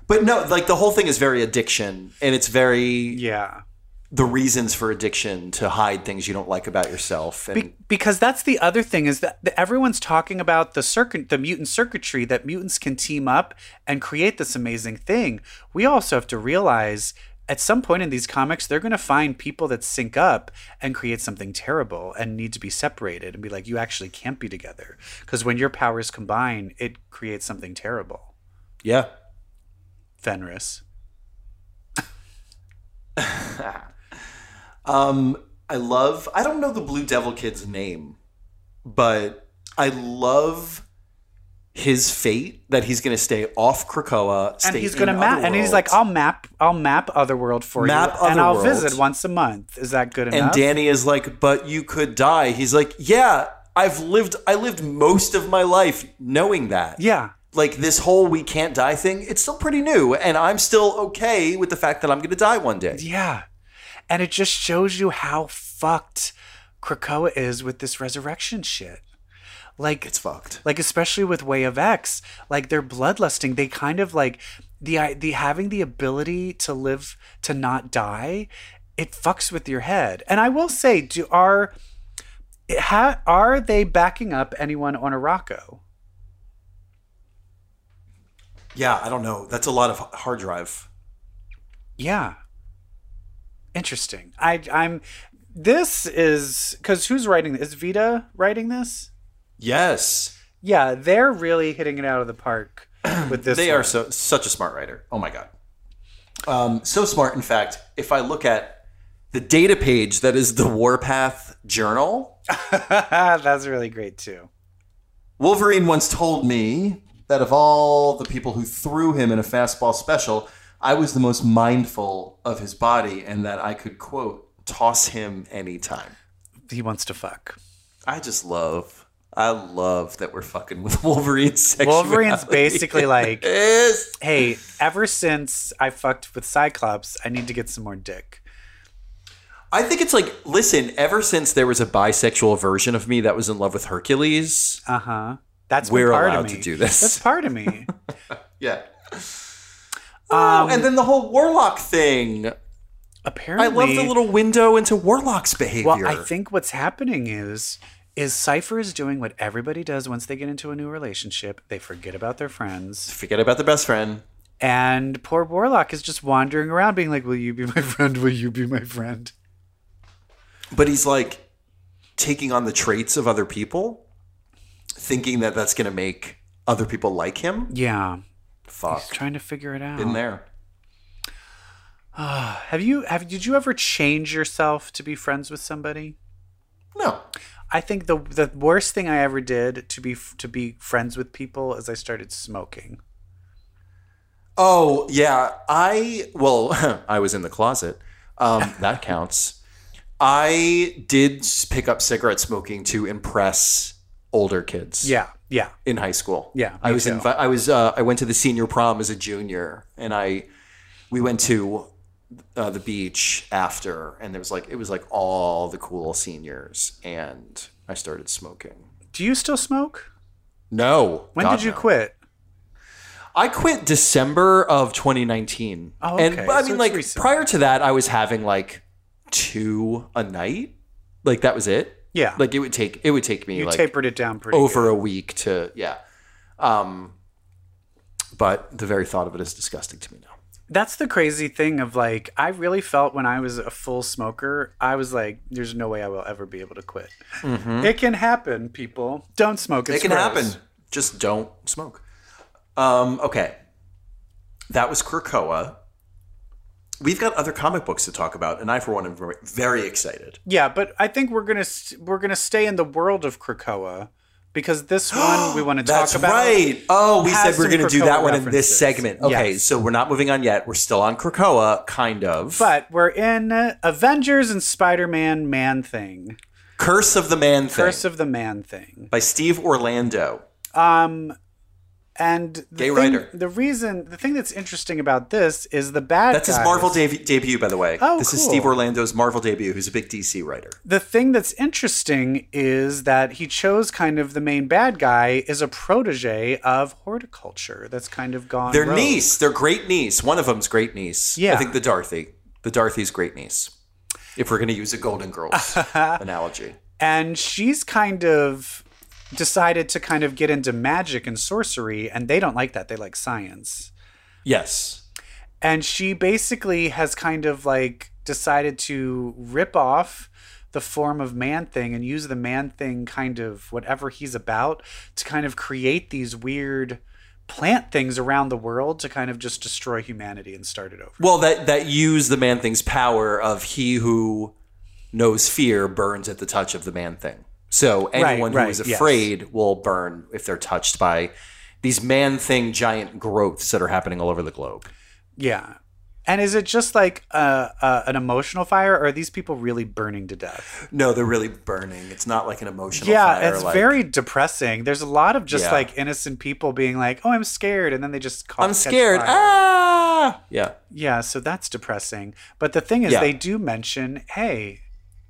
Speaker 2: But no, like the whole thing is very addiction, and it's very
Speaker 1: yeah,
Speaker 2: the reasons for addiction to hide things you don't like about yourself. And
Speaker 1: Be- because that's the other thing is that that everyone's talking about the circuit, the mutant circuitry that mutants can team up and create this amazing thing. We also have to realize at some point in these comics, they're going to find people that sync up and create something terrible and need to be separated and be like, you actually can't be together. Because when your powers combine, it creates something terrible.
Speaker 2: Yeah.
Speaker 1: Fenris.
Speaker 2: Um, I love. I don't know the Blue Devil kid's name, but I love his fate that he's going to stay off Krakoa.
Speaker 1: And
Speaker 2: stay
Speaker 1: he's
Speaker 2: going to
Speaker 1: map, and he's like, I'll map, I'll map Otherworld for
Speaker 2: Map
Speaker 1: you, and I'll
Speaker 2: Otherworld.
Speaker 1: visit once a month. Is that good
Speaker 2: And
Speaker 1: enough?
Speaker 2: Danny is like, but you could die. He's like, yeah, I've lived. I lived most of my life knowing that.
Speaker 1: yeah,
Speaker 2: Like this whole we can't die thing, it's still pretty new, and I'm still okay with the fact that I'm going to die one day.
Speaker 1: yeah, and it just shows you how fucked Krakoa is with this resurrection shit. Like
Speaker 2: It's fucked.
Speaker 1: like especially with way of x like they're bloodlusting they kind of like the the having the ability to live to not die it fucks with your head and i will say do are ha, are they backing up anyone on Araco?
Speaker 2: Yeah, I don't know. That's a lot of h- hard drive.
Speaker 1: yeah interesting i i'm this is because who's writing this is vita writing this
Speaker 2: Yes.
Speaker 1: yeah they're really hitting it out of the park with this
Speaker 2: they
Speaker 1: one.
Speaker 2: are so such a smart writer. Oh my god, um, so smart. In fact, if I look at the data page that is the Warpath Journal,
Speaker 1: that's really great too
Speaker 2: Wolverine once told me that of all the people who threw him in a fastball special, I was the most mindful of his body, and that I could quote toss him anytime.
Speaker 1: he wants to fuck
Speaker 2: I just love. I love that we're fucking with Wolverine's sexuality.
Speaker 1: Wolverine's basically like,
Speaker 2: Yes.
Speaker 1: hey, ever since I fucked with Cyclops, I need to get some more dick.
Speaker 2: I think it's like, listen, ever since there was a bisexual version of me that was in love with Hercules.
Speaker 1: Uh huh. That's been
Speaker 2: We're
Speaker 1: part
Speaker 2: allowed
Speaker 1: of me.
Speaker 2: to do this.
Speaker 1: That's part of me.
Speaker 2: Yeah.
Speaker 1: Um,
Speaker 2: and then the whole warlock thing.
Speaker 1: Apparently,
Speaker 2: I love the little window into warlock's behavior.
Speaker 1: Well, I think what's happening is is Cipher is doing what everybody does once they get into a new relationship. They forget about their friends,
Speaker 2: Forget about the best friend.
Speaker 1: and poor Warlock is just wandering around, being like, "Will you be my friend? Will you be my friend?"
Speaker 2: But he's like taking on the traits of other people, thinking that that's going to make other people like him.
Speaker 1: Yeah,
Speaker 2: Fuck.
Speaker 1: trying to figure it out.
Speaker 2: In there.
Speaker 1: Have you have did you ever change yourself to be friends with somebody?
Speaker 2: No.
Speaker 1: I think the the worst thing I ever did to be to be friends with people is I started smoking.
Speaker 2: Oh yeah, I well, I was in the closet. Um, that counts. I did s- pick up cigarette smoking to impress older kids.
Speaker 1: Yeah, yeah,
Speaker 2: in high school.
Speaker 1: Yeah,
Speaker 2: I
Speaker 1: me
Speaker 2: was
Speaker 1: too.
Speaker 2: invi- I was uh, I went to the senior prom as a junior, and I we went to uh, the beach after, and there was like it was like all the cool seniors, and I started smoking.
Speaker 1: Do you still smoke?
Speaker 2: No,
Speaker 1: When
Speaker 2: God,
Speaker 1: did you
Speaker 2: no.
Speaker 1: quit?
Speaker 2: I quit December of 2019.
Speaker 1: Oh, okay.
Speaker 2: And but I
Speaker 1: So
Speaker 2: mean,
Speaker 1: it's
Speaker 2: like
Speaker 1: recent.
Speaker 2: prior to that, I was having like two a night. Like that was it.
Speaker 1: Yeah,
Speaker 2: Like it would take it would take me
Speaker 1: you
Speaker 2: like
Speaker 1: tapered it down pretty.
Speaker 2: over
Speaker 1: good.
Speaker 2: a week to yeah. Um, but the very thought of it is disgusting to me now.
Speaker 1: That's the crazy thing of like I really felt when I was a full smoker, I was like, "There's no way I will ever be able to quit." It can happen, people. Don't smoke. It's
Speaker 2: Mm-hmm. it can
Speaker 1: gross.
Speaker 2: happen. Just don't smoke. Um, okay. That was Krakoa. We've got other comic books to talk about, and I, for one, am very, very excited.
Speaker 1: Yeah, but I think we're gonna st- we're gonna stay in the world of Krakoa because this one we want to talk
Speaker 2: That's
Speaker 1: about.
Speaker 2: right. Oh, we
Speaker 1: has
Speaker 2: said we're
Speaker 1: some
Speaker 2: going to do
Speaker 1: Krakoa
Speaker 2: that one in this
Speaker 1: references.
Speaker 2: segment. Okay,
Speaker 1: Yes.
Speaker 2: so we're not moving on yet. We're still on Krakoa, kind of.
Speaker 1: But we're in uh, Avengers and Spider Man Man Thing.
Speaker 2: Curse of the Man Thing
Speaker 1: Curse of the Man Thing.
Speaker 2: by Steve Orlando.
Speaker 1: Um, and the
Speaker 2: Gay
Speaker 1: thing-
Speaker 2: writer.
Speaker 1: The reason, the thing that's interesting about this is the bad.
Speaker 2: That's his
Speaker 1: guys-
Speaker 2: Marvel de- debut, by the way.
Speaker 1: Oh,
Speaker 2: this is
Speaker 1: cool.
Speaker 2: Steve Orlando's Marvel debut, who's a big DC writer.
Speaker 1: The thing that's interesting is that he chose kind of the main bad guy is a protege of horticulture. That's kind of gone.
Speaker 2: Their
Speaker 1: rogue.
Speaker 2: niece, their great niece. One of them's great niece.
Speaker 1: Yeah.
Speaker 2: I think the Dorothy. The Dorothy's great niece. If we're going to use a Golden Girls analogy.
Speaker 1: and she's kind of decided to kind of get into magic and sorcery, and they don't like that. They like science.
Speaker 2: Yes.
Speaker 1: and she basically has kind of like decided to rip off the form of man thing and use the man thing kind of whatever he's about to kind of create these weird plant things around the world to kind of just destroy humanity and start it over.
Speaker 2: Well, that that use the man thing's power of he who knows fear burns at the touch of the man thing. So anyone
Speaker 1: right,
Speaker 2: who is
Speaker 1: yes.
Speaker 2: afraid will burn if they're touched by these man thing giant growths that are happening all over the globe.
Speaker 1: Yeah. And is it just like uh, uh, an emotional fire, or are these people really burning to death?
Speaker 2: No, they're really burning. It's not like an emotional.
Speaker 1: Yeah,
Speaker 2: fire,
Speaker 1: it's
Speaker 2: like,
Speaker 1: very depressing. There's a lot of just
Speaker 2: Yeah.
Speaker 1: like innocent people being like, "Oh, I'm scared," and then they just call,
Speaker 2: I'm scared. Ah, yeah.
Speaker 1: Yeah, so that's depressing. But the thing is,
Speaker 2: Yeah.
Speaker 1: they do mention, hey,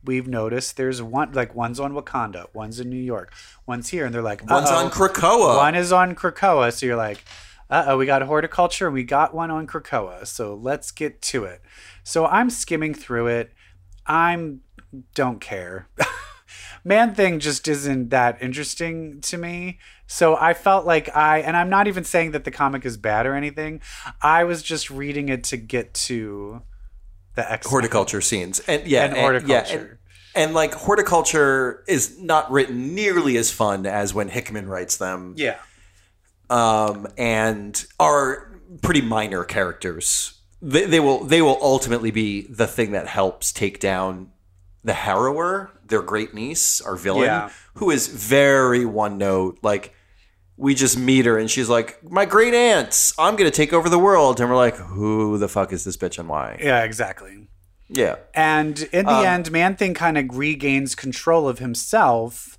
Speaker 1: we've noticed there's one, like one's on Wakanda, one's in New York, one's here, and they're like,
Speaker 2: One's
Speaker 1: "Uh-oh."
Speaker 2: on Krakoa.
Speaker 1: One is on Krakoa, so you're like, uh oh, we got horticulture and we got one on Krakoa, so let's get to it. So I'm skimming through it. I'm don't care. Man thing just isn't that interesting to me. So I felt like I, and I'm not even saying that the comic is bad or anything. I was just reading it to get to the X.
Speaker 2: horticulture scenes and yeah
Speaker 1: And
Speaker 2: yeah, and,
Speaker 1: horticulture.
Speaker 2: and, like horticulture is not written nearly as fun as when hickman writes them
Speaker 1: Yeah.
Speaker 2: um, and are pretty minor characters they, they will they will ultimately be the thing that helps take down the harrower their great niece our villain
Speaker 1: Yeah.
Speaker 2: who is very one note like we just meet her and she's like my great aunts i'm gonna take over the world and we're like who the fuck is this bitch and why
Speaker 1: Yeah, exactly.
Speaker 2: yeah
Speaker 1: And in
Speaker 2: Um,
Speaker 1: the end, Man Thing kind of regains control of himself.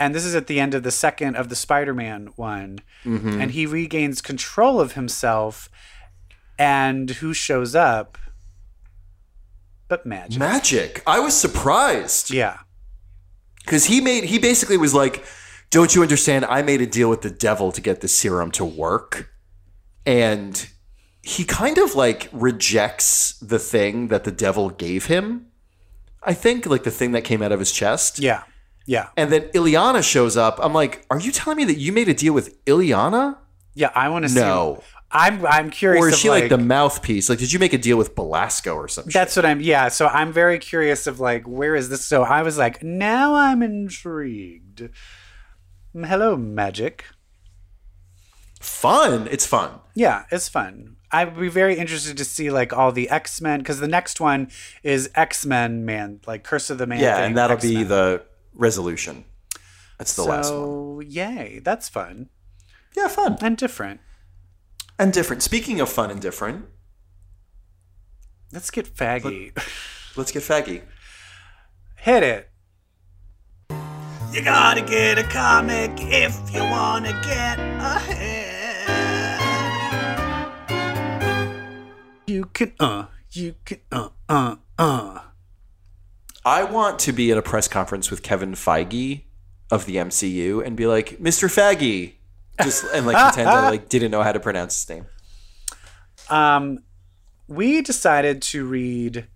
Speaker 1: And this is at the end of the second of the Spider Man one.
Speaker 2: Mm-hmm.
Speaker 1: And he regains control of himself. And who shows up? But Magic.
Speaker 2: Magic. I was surprised
Speaker 1: yeah.
Speaker 2: because he made he basically was like, "Don't you understand? I made a deal with the devil to get the serum to work," and he kind of like rejects the thing that the devil gave him. I think like the thing that came out of his chest.
Speaker 1: Yeah. Yeah.
Speaker 2: And then Ileana shows up. I'm like, "Are you telling me that you made a deal with Ileana?"
Speaker 1: Yeah. I want to see.
Speaker 2: No.
Speaker 1: I'm, I'm curious.
Speaker 2: Or is
Speaker 1: of,
Speaker 2: she like,
Speaker 1: like
Speaker 2: the mouthpiece? Like, did you make a deal with Belasco or something?
Speaker 1: That's what I'm. Yeah, so I'm very curious of like where is this? So I was like, now I'm intrigued. Mm, Hello, magic.
Speaker 2: fun. It's fun.
Speaker 1: Yeah, it's fun. I would be very interested to see like all the X Men because the next one is X Men Man, like Curse of the Man.
Speaker 2: Yeah,
Speaker 1: thing,
Speaker 2: and that'll be
Speaker 1: X-Men.
Speaker 2: the resolution. That's the last one.
Speaker 1: so yay, that's fun
Speaker 2: Yeah, fun
Speaker 1: and different.
Speaker 2: and different. Speaking of fun and different,
Speaker 1: Let's get faggy.
Speaker 2: let's get faggy.
Speaker 1: Hit it.
Speaker 4: You gotta get a comic if you wanna get
Speaker 2: Uh,
Speaker 4: ahead.
Speaker 1: You can uh, you can uh uh uh.
Speaker 2: I want to be at a press conference with Kevin Feige of the MCU and be like, "Mr. Faggy," just and like pretend I like didn't know how to pronounce his name.
Speaker 1: Um, we decided to read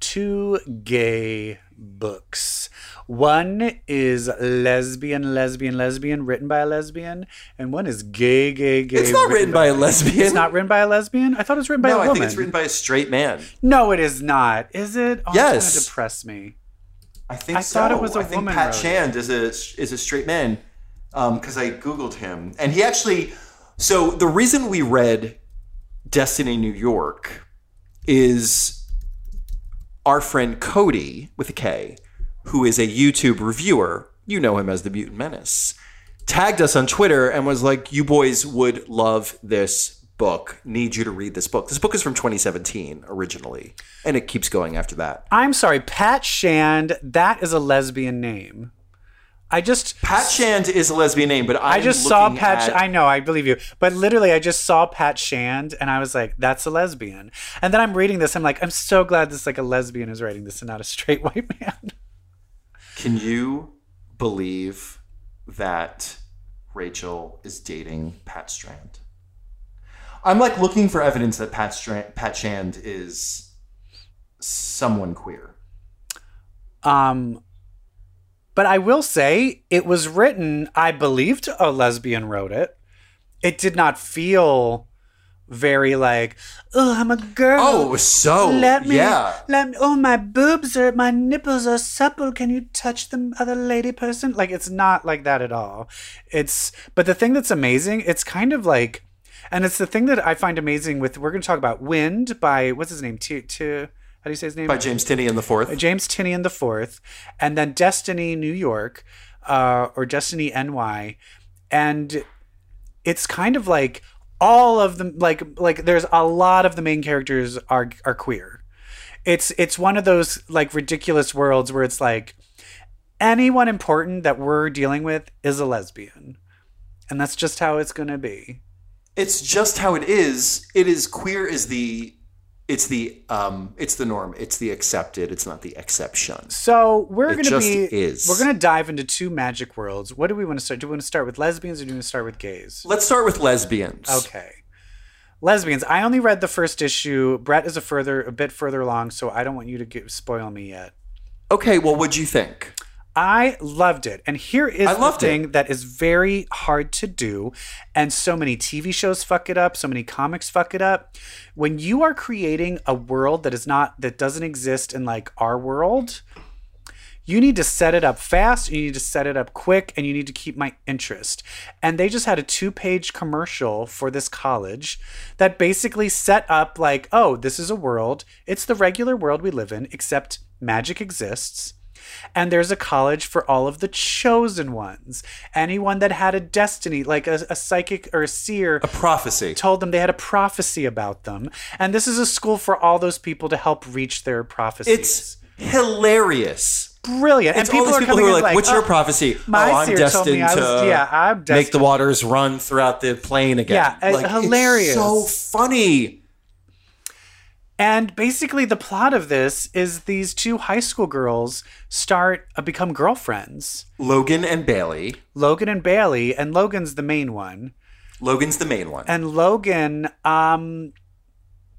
Speaker 1: two gay books. One is lesbian, lesbian, lesbian, written by a lesbian, and one is gay, gay, gay.
Speaker 2: It's not written by a lesbian.
Speaker 1: It's not written by a lesbian. I thought it was written by a
Speaker 2: No, I
Speaker 1: woman.
Speaker 2: think it's written by a straight man.
Speaker 1: no, it is not. Is it? Oh, it's gonna
Speaker 2: Yes.
Speaker 1: depress me.
Speaker 2: I think
Speaker 1: I
Speaker 2: so.
Speaker 1: thought it was a
Speaker 2: I think
Speaker 1: woman
Speaker 2: Pat
Speaker 1: wrote it.
Speaker 2: Shand is a is a straight man because I googled him and he actually. So the reason we read Destiny New York is our friend Cody with a K, who is a YouTube reviewer. You know him as the Mutant Menace. Tagged us on Twitter and was like, "You boys would love this." book need you to read this book this book is from 2017 originally and it keeps going after that
Speaker 1: I'm sorry, Pat Shand. That is a lesbian name. I just
Speaker 2: Pat Shand is a lesbian name, but i
Speaker 1: I just saw Pat. Sh- I know, I believe you, but literally, I just saw Pat Shand, and I was like, "That's a lesbian." And then I'm reading this, I'm like, "I'm so glad this like a lesbian is writing this and not a straight white man."
Speaker 2: Can you believe that Rachel is dating Pat Strand? I'm like looking for evidence that Pat Strand, Pat Shand is someone queer.
Speaker 1: Um, but I will say, it was written. I believed a lesbian wrote it. It did not feel very like, oh, I'm a girl.
Speaker 2: Oh, so
Speaker 1: let me,
Speaker 2: yeah.
Speaker 1: let me. Oh, my boobs are, my nipples are supple. Can you touch the other lady person? Like, it's not like that at all. It's, but the thing that's amazing, it's kind of like, and it's the thing that I find amazing with. We're going to talk about "Wind" by what's his name? To to how do you say his name?
Speaker 2: by James Tinney in the fourth.
Speaker 1: James Tinian the Fourth, and then Destiny New York, uh, or Destiny NY, and it's kind of like all of them like like there's a lot of the main characters are are queer. It's it's one of those like ridiculous worlds where it's like anyone important that we're dealing with is a lesbian. And that's just how it's gonna be.
Speaker 2: It's just how it is. It is queer is the it's the um it's the norm. It's the accepted. It's not the exception.
Speaker 1: So we're
Speaker 2: It
Speaker 1: gonna
Speaker 2: just
Speaker 1: be
Speaker 2: is.
Speaker 1: we're gonna dive into two magic worlds. What do we want to start? Do we want to start with lesbians or do we want to start with gays?
Speaker 2: Let's start with lesbians.
Speaker 1: Okay. Lesbians. I only read the first issue. Brett is a further a bit further along, so I don't want you to get, spoil me yet.
Speaker 2: Okay, well what'd you think?
Speaker 1: I loved it. And here is
Speaker 2: I
Speaker 1: the
Speaker 2: loved it.
Speaker 1: thing that is very hard to do. And so many TV shows fuck it up, so many comics fuck it up. When you are creating a world that is not that doesn't exist in like our world, you need to set it up fast, you need to set it up quick, and you need to keep my interest. And they just had a two-page commercial for this college that basically set up like, oh, this is a world. It's the regular world we live in, except magic exists. And there's a college for all of the chosen ones. Anyone that had a destiny, like a, a psychic or a seer,
Speaker 2: A prophecy.
Speaker 1: told them they had a prophecy about them. And this is a school for all those people to help reach their prophecies.
Speaker 2: It's hilarious.
Speaker 1: brilliant.
Speaker 2: It's
Speaker 1: and people
Speaker 2: all these
Speaker 1: are
Speaker 2: people
Speaker 1: coming
Speaker 2: who are
Speaker 1: in
Speaker 2: like, "What's your
Speaker 1: "Oh,
Speaker 2: prophecy?"
Speaker 1: my
Speaker 2: oh, I'm
Speaker 1: seer told
Speaker 2: destined
Speaker 1: me I was-
Speaker 2: to
Speaker 1: yeah, I'm
Speaker 2: make the
Speaker 1: destined."
Speaker 2: waters run throughout the plane again.
Speaker 1: Yeah, it's hilarious.
Speaker 2: so funny.
Speaker 1: And basically, the plot of this is these two high school girls start uh, become girlfriends,
Speaker 2: Logan and Bailey.
Speaker 1: Logan and Bailey, and Logan's the main one.
Speaker 2: Logan's the main one.
Speaker 1: And Logan, um,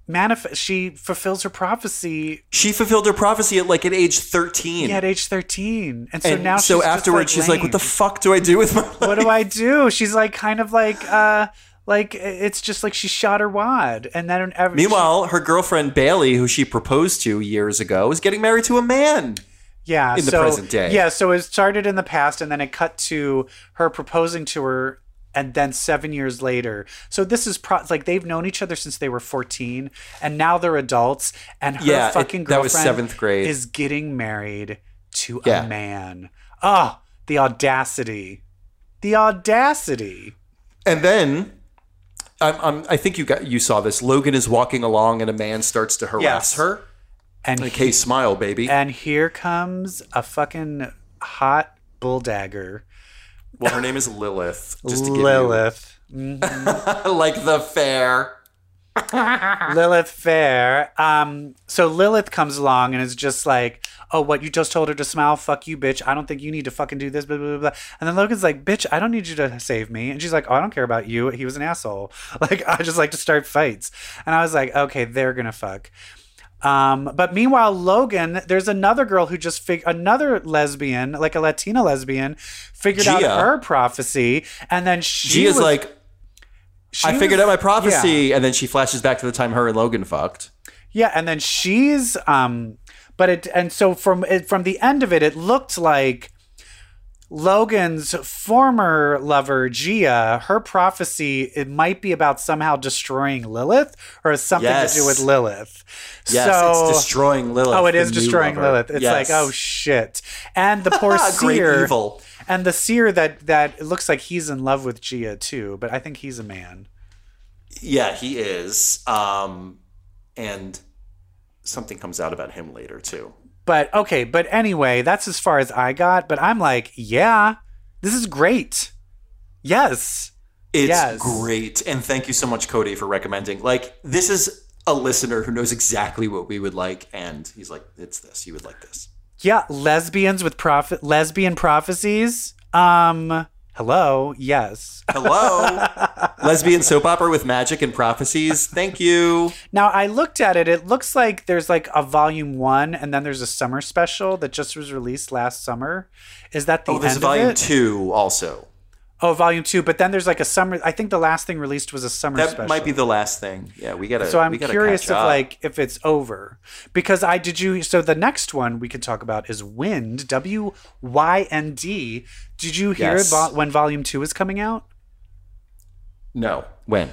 Speaker 1: manifest she fulfills her prophecy
Speaker 2: she fulfilled her prophecy at like at age 13.
Speaker 1: at age thirteen, and so
Speaker 2: and
Speaker 1: now
Speaker 2: so
Speaker 1: she's just,
Speaker 2: afterwards she's like,
Speaker 1: lame.
Speaker 2: "What the fuck do I do with my life?"
Speaker 1: what do I do? She's like, kind of like, uh, like it's just like she shot her wad, and then ever,
Speaker 2: Meanwhile, her girlfriend Bailey, who she proposed to years ago, is getting married to a man.
Speaker 1: yeah,
Speaker 2: in the
Speaker 1: so-
Speaker 2: present day.
Speaker 1: yeah. So it started in the past, and then it cut to her proposing to her, and then seven years later. So this is pro- like they've known each other since they were fourteen, and now they're adults, and her
Speaker 2: Yeah, it-
Speaker 1: fucking
Speaker 2: that was
Speaker 1: girlfriend
Speaker 2: seventh grade.
Speaker 1: is getting married to
Speaker 2: Yeah.
Speaker 1: a man. Ah, the audacity, the audacity.
Speaker 2: And then I'm, I'm, I think you got you saw this. Logan is walking along and a man starts to harass
Speaker 1: Yes.
Speaker 2: her.
Speaker 1: And
Speaker 2: Okay, smile, baby.
Speaker 1: And here comes a fucking hot bulldagger,
Speaker 2: well, her name is Lilith. Just to give you-
Speaker 1: Lilith.
Speaker 2: like the fair.
Speaker 1: Lilith Fair. Um, so Lilith comes along and is just like, "Oh, what you just told her to smile? Fuck you, bitch! I don't think you need to fucking do this." Blah blah blah. blah. And then Logan's like, "Bitch, I don't need you to save me." And she's like, "Oh, I don't care about you. He was an asshole. Like I just like to start fights." And I was like, "Okay, they're gonna fuck." Um, but meanwhile, Logan, there's another girl who just fig- another lesbian, like a Latina lesbian, figured
Speaker 2: Gia.
Speaker 1: out her prophecy, and then she
Speaker 2: She is
Speaker 1: was-
Speaker 2: like,
Speaker 1: she
Speaker 2: I figured
Speaker 1: was-
Speaker 2: out my
Speaker 1: yeah.
Speaker 2: prophecy, and then she flashes back to the time her and Logan fucked.
Speaker 1: Yeah, and then she's um but it and so from it from the end of it it looked like Logan's former lover Gia, her prophecy it might be about somehow destroying Lilith or has something to
Speaker 2: Yes.
Speaker 1: do with Lilith.
Speaker 2: Yes,
Speaker 1: so
Speaker 2: it's destroying Lilith.
Speaker 1: Oh, it
Speaker 2: the
Speaker 1: is
Speaker 2: new
Speaker 1: destroying
Speaker 2: lover.
Speaker 1: Lilith. It's
Speaker 2: Yes.
Speaker 1: like, oh shit. And the poor
Speaker 2: Ah, great
Speaker 1: seer
Speaker 2: evil.
Speaker 1: and the seer that that it looks like he's in love with Gia too, but I think he's a man.
Speaker 2: Yeah, he is. Um, and something comes out about him later too.
Speaker 1: But okay, but anyway, that's as far as I got. But I'm like, yeah, this is great. Yes.
Speaker 2: It's
Speaker 1: Yes.
Speaker 2: great, and thank you so much, Cody, for recommending. Like, this is a listener who knows exactly what we would like, and he's like, "It's this. You would like this."
Speaker 1: Yeah, lesbians with prophet lesbian prophecies. Um hello, yes.
Speaker 2: Hello, lesbian soap opera with magic and prophecies. Thank you.
Speaker 1: Now I looked at it, it looks like there's like a volume one and then there's a summer special that just was released last summer. Is that the
Speaker 2: Oh, there's
Speaker 1: end
Speaker 2: volume
Speaker 1: of it?
Speaker 2: two also.
Speaker 1: Oh, volume two. But then there's like a summer. I think the last thing released was a summer
Speaker 2: That
Speaker 1: special.
Speaker 2: might be the last thing. Yeah, we gotta.
Speaker 1: so I'm
Speaker 2: we gotta
Speaker 1: curious
Speaker 2: catch
Speaker 1: if
Speaker 2: up.
Speaker 1: like if it's over because I did you. So the next one we could talk about is Wind. W Y N D. Did you hear
Speaker 2: Yes.
Speaker 1: vo- when volume two is coming out?
Speaker 2: no when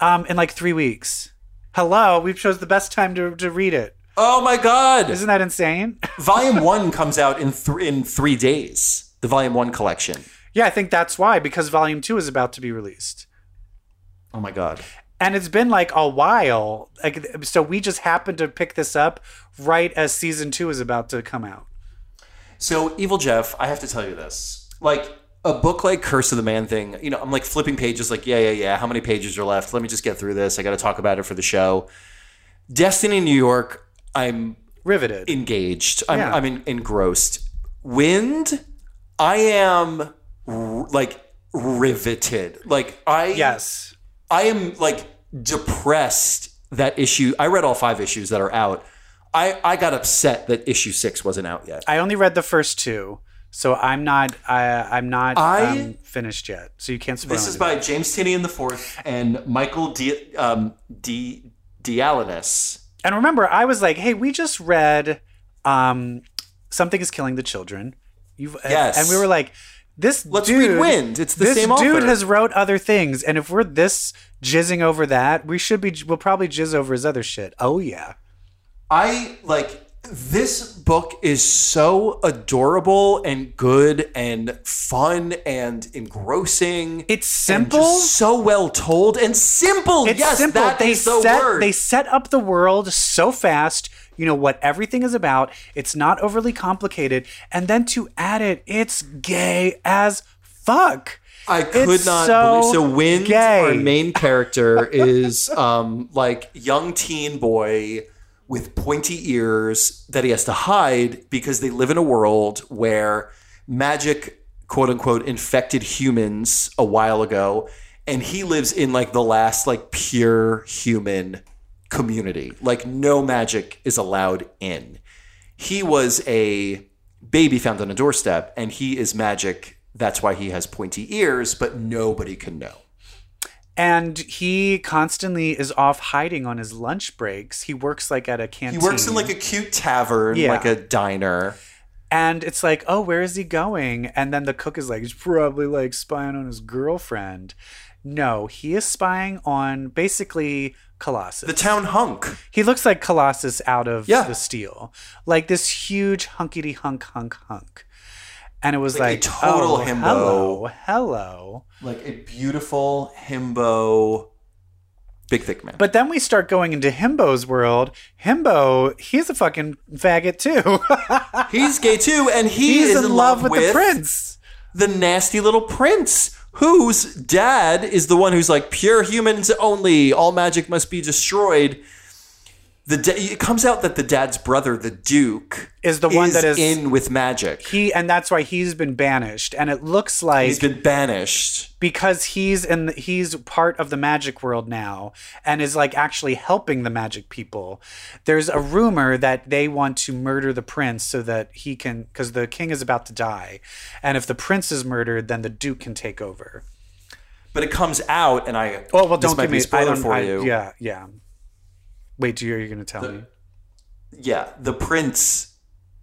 Speaker 1: Um, in like three weeks. Hello, we've chose the best time to to read it.
Speaker 2: Oh my God!
Speaker 1: Isn't that insane?
Speaker 2: Volume one comes out in th- in three days. The Volume one collection.
Speaker 1: yeah, I think that's why because volume two is about to be released.
Speaker 2: Oh my God!
Speaker 1: and it's been like a while like so we just happened to pick this up right as season two is about to come out
Speaker 2: So Evil Jeff, I have to tell you this. Like a book like Curse of the Man thing, you know, I'm like flipping pages. Like yeah, yeah, yeah. How many pages are left? Let me just get through this. I got to talk about it for the show. Destiny New York. I'm
Speaker 1: riveted
Speaker 2: engaged. I'm,
Speaker 1: Yeah.
Speaker 2: I'm en- engrossed. Wind. I am r- like riveted. Like I
Speaker 1: yes
Speaker 2: I am like depressed that issue. I read all five issues that are out. I, I got upset that issue six wasn't out yet.
Speaker 1: i only read the first two so i'm not I, i'm not
Speaker 2: I-
Speaker 1: um, finished yet so you can't spoil
Speaker 2: This is
Speaker 1: anything.
Speaker 2: by James Tinney in the fourth and Michael D. Um, D. Dialinus.
Speaker 1: and remember i was like hey we just read um something is killing the children you
Speaker 2: Yes.
Speaker 1: and we were like this
Speaker 2: Let's
Speaker 1: dude,
Speaker 2: read Wind. It's the
Speaker 1: this
Speaker 2: same
Speaker 1: dude
Speaker 2: author.
Speaker 1: has wrote other things and if we're this jizzing over that we should be we'll probably jizz over his other shit oh yeah
Speaker 2: I like this book is so adorable and good and fun and engrossing.
Speaker 1: It's
Speaker 2: and
Speaker 1: simple.
Speaker 2: just so well told and simple.
Speaker 1: it's
Speaker 2: yes,
Speaker 1: simple.
Speaker 2: that
Speaker 1: they
Speaker 2: is the
Speaker 1: set
Speaker 2: word.
Speaker 1: they set up the world so fast. You know what everything is about. It's not overly complicated, and then to add it, it's gay as fuck.
Speaker 2: I
Speaker 1: It's
Speaker 2: could not
Speaker 1: so
Speaker 2: believe. So Wind,
Speaker 1: gay.
Speaker 2: our main character, is um like young teen boy with pointy ears that he has to hide because they live in a world where magic, quote unquote, infected humans a while ago, and he lives in like the last like pure human community. Like no magic is allowed in. He was a baby found on a doorstep, and he is magic. That's why he has pointy ears, but nobody can know.
Speaker 1: And he constantly is off hiding on his lunch breaks. He works like at a
Speaker 2: He
Speaker 1: canteen.
Speaker 2: works in like a cute tavern,
Speaker 1: Yeah.
Speaker 2: like a diner.
Speaker 1: and it's like, oh, where is he going? And then the cook is like, he's probably like spying on his girlfriend. No, he is spying on basically Colossus.
Speaker 2: The town hunk.
Speaker 1: He looks like Colossus out of
Speaker 2: Yeah.
Speaker 1: the steel, like this huge hunkity hunk hunk hunk. And it was
Speaker 2: Like a
Speaker 1: like,
Speaker 2: total
Speaker 1: oh,
Speaker 2: himbo.
Speaker 1: Hello, hello.
Speaker 2: Like a beautiful himbo big thick man.
Speaker 1: But then we start going into Himbo's world. Himbo, he's a fucking faggot too.
Speaker 2: he's gay too, and he
Speaker 1: he's
Speaker 2: is
Speaker 1: in love with, the prince.
Speaker 2: the nasty little prince whose dad is the one who's like pure humans only all magic must be destroyed the da- it comes out that the dad's brother the duke
Speaker 1: Is the one that is-
Speaker 2: in with magic
Speaker 1: He and that's why he's been banished. And it looks like
Speaker 2: he's been banished
Speaker 1: because he's in the, he's part of the magic world now and is like actually helping the magic people there's a rumor that they want to murder the prince so that he can because the king is about to die and if the prince is murdered then the duke can take over
Speaker 2: but it comes out and i
Speaker 1: oh well
Speaker 2: this
Speaker 1: don't
Speaker 2: might
Speaker 1: give
Speaker 2: be
Speaker 1: me
Speaker 2: a spoiler
Speaker 1: I don't,
Speaker 2: for
Speaker 1: I-
Speaker 2: you
Speaker 1: yeah yeah wait do you are you gonna tell me
Speaker 2: yeah the prince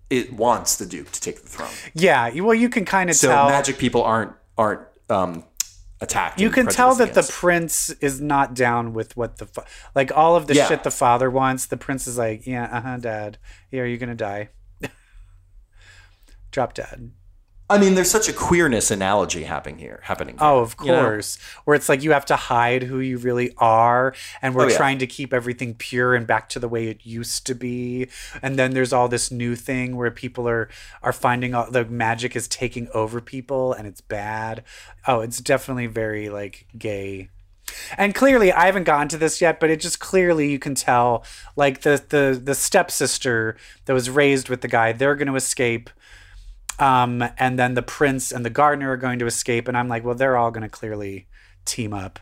Speaker 2: it wants the duke to take the throne
Speaker 1: yeah you- well you can kind of
Speaker 2: so
Speaker 1: tell
Speaker 2: magic people aren't aren't um attacked
Speaker 1: you
Speaker 2: and
Speaker 1: can tell that
Speaker 2: prejudiced
Speaker 1: the
Speaker 2: against.
Speaker 1: prince is not down with what the fa- like all of the
Speaker 2: Yeah.
Speaker 1: shit the father wants the prince is like yeah uh-huh dad yeah you're gonna die drop dead
Speaker 2: i mean there's such a queerness analogy happening here happening here.
Speaker 1: oh of
Speaker 2: You know?
Speaker 1: course where it's like you have to hide who you really are and we're
Speaker 2: Oh, yeah.
Speaker 1: trying to keep everything pure and back to the way it used to be and then there's all this new thing where people are are finding all the magic is taking over people and it's bad oh it's definitely very like gay and clearly i haven't gotten to this yet but it just clearly you can tell like the the the stepsister that was raised with the guy they're going to escape um and then the prince and the gardener are going to escape and i'm like well they're all going to clearly team up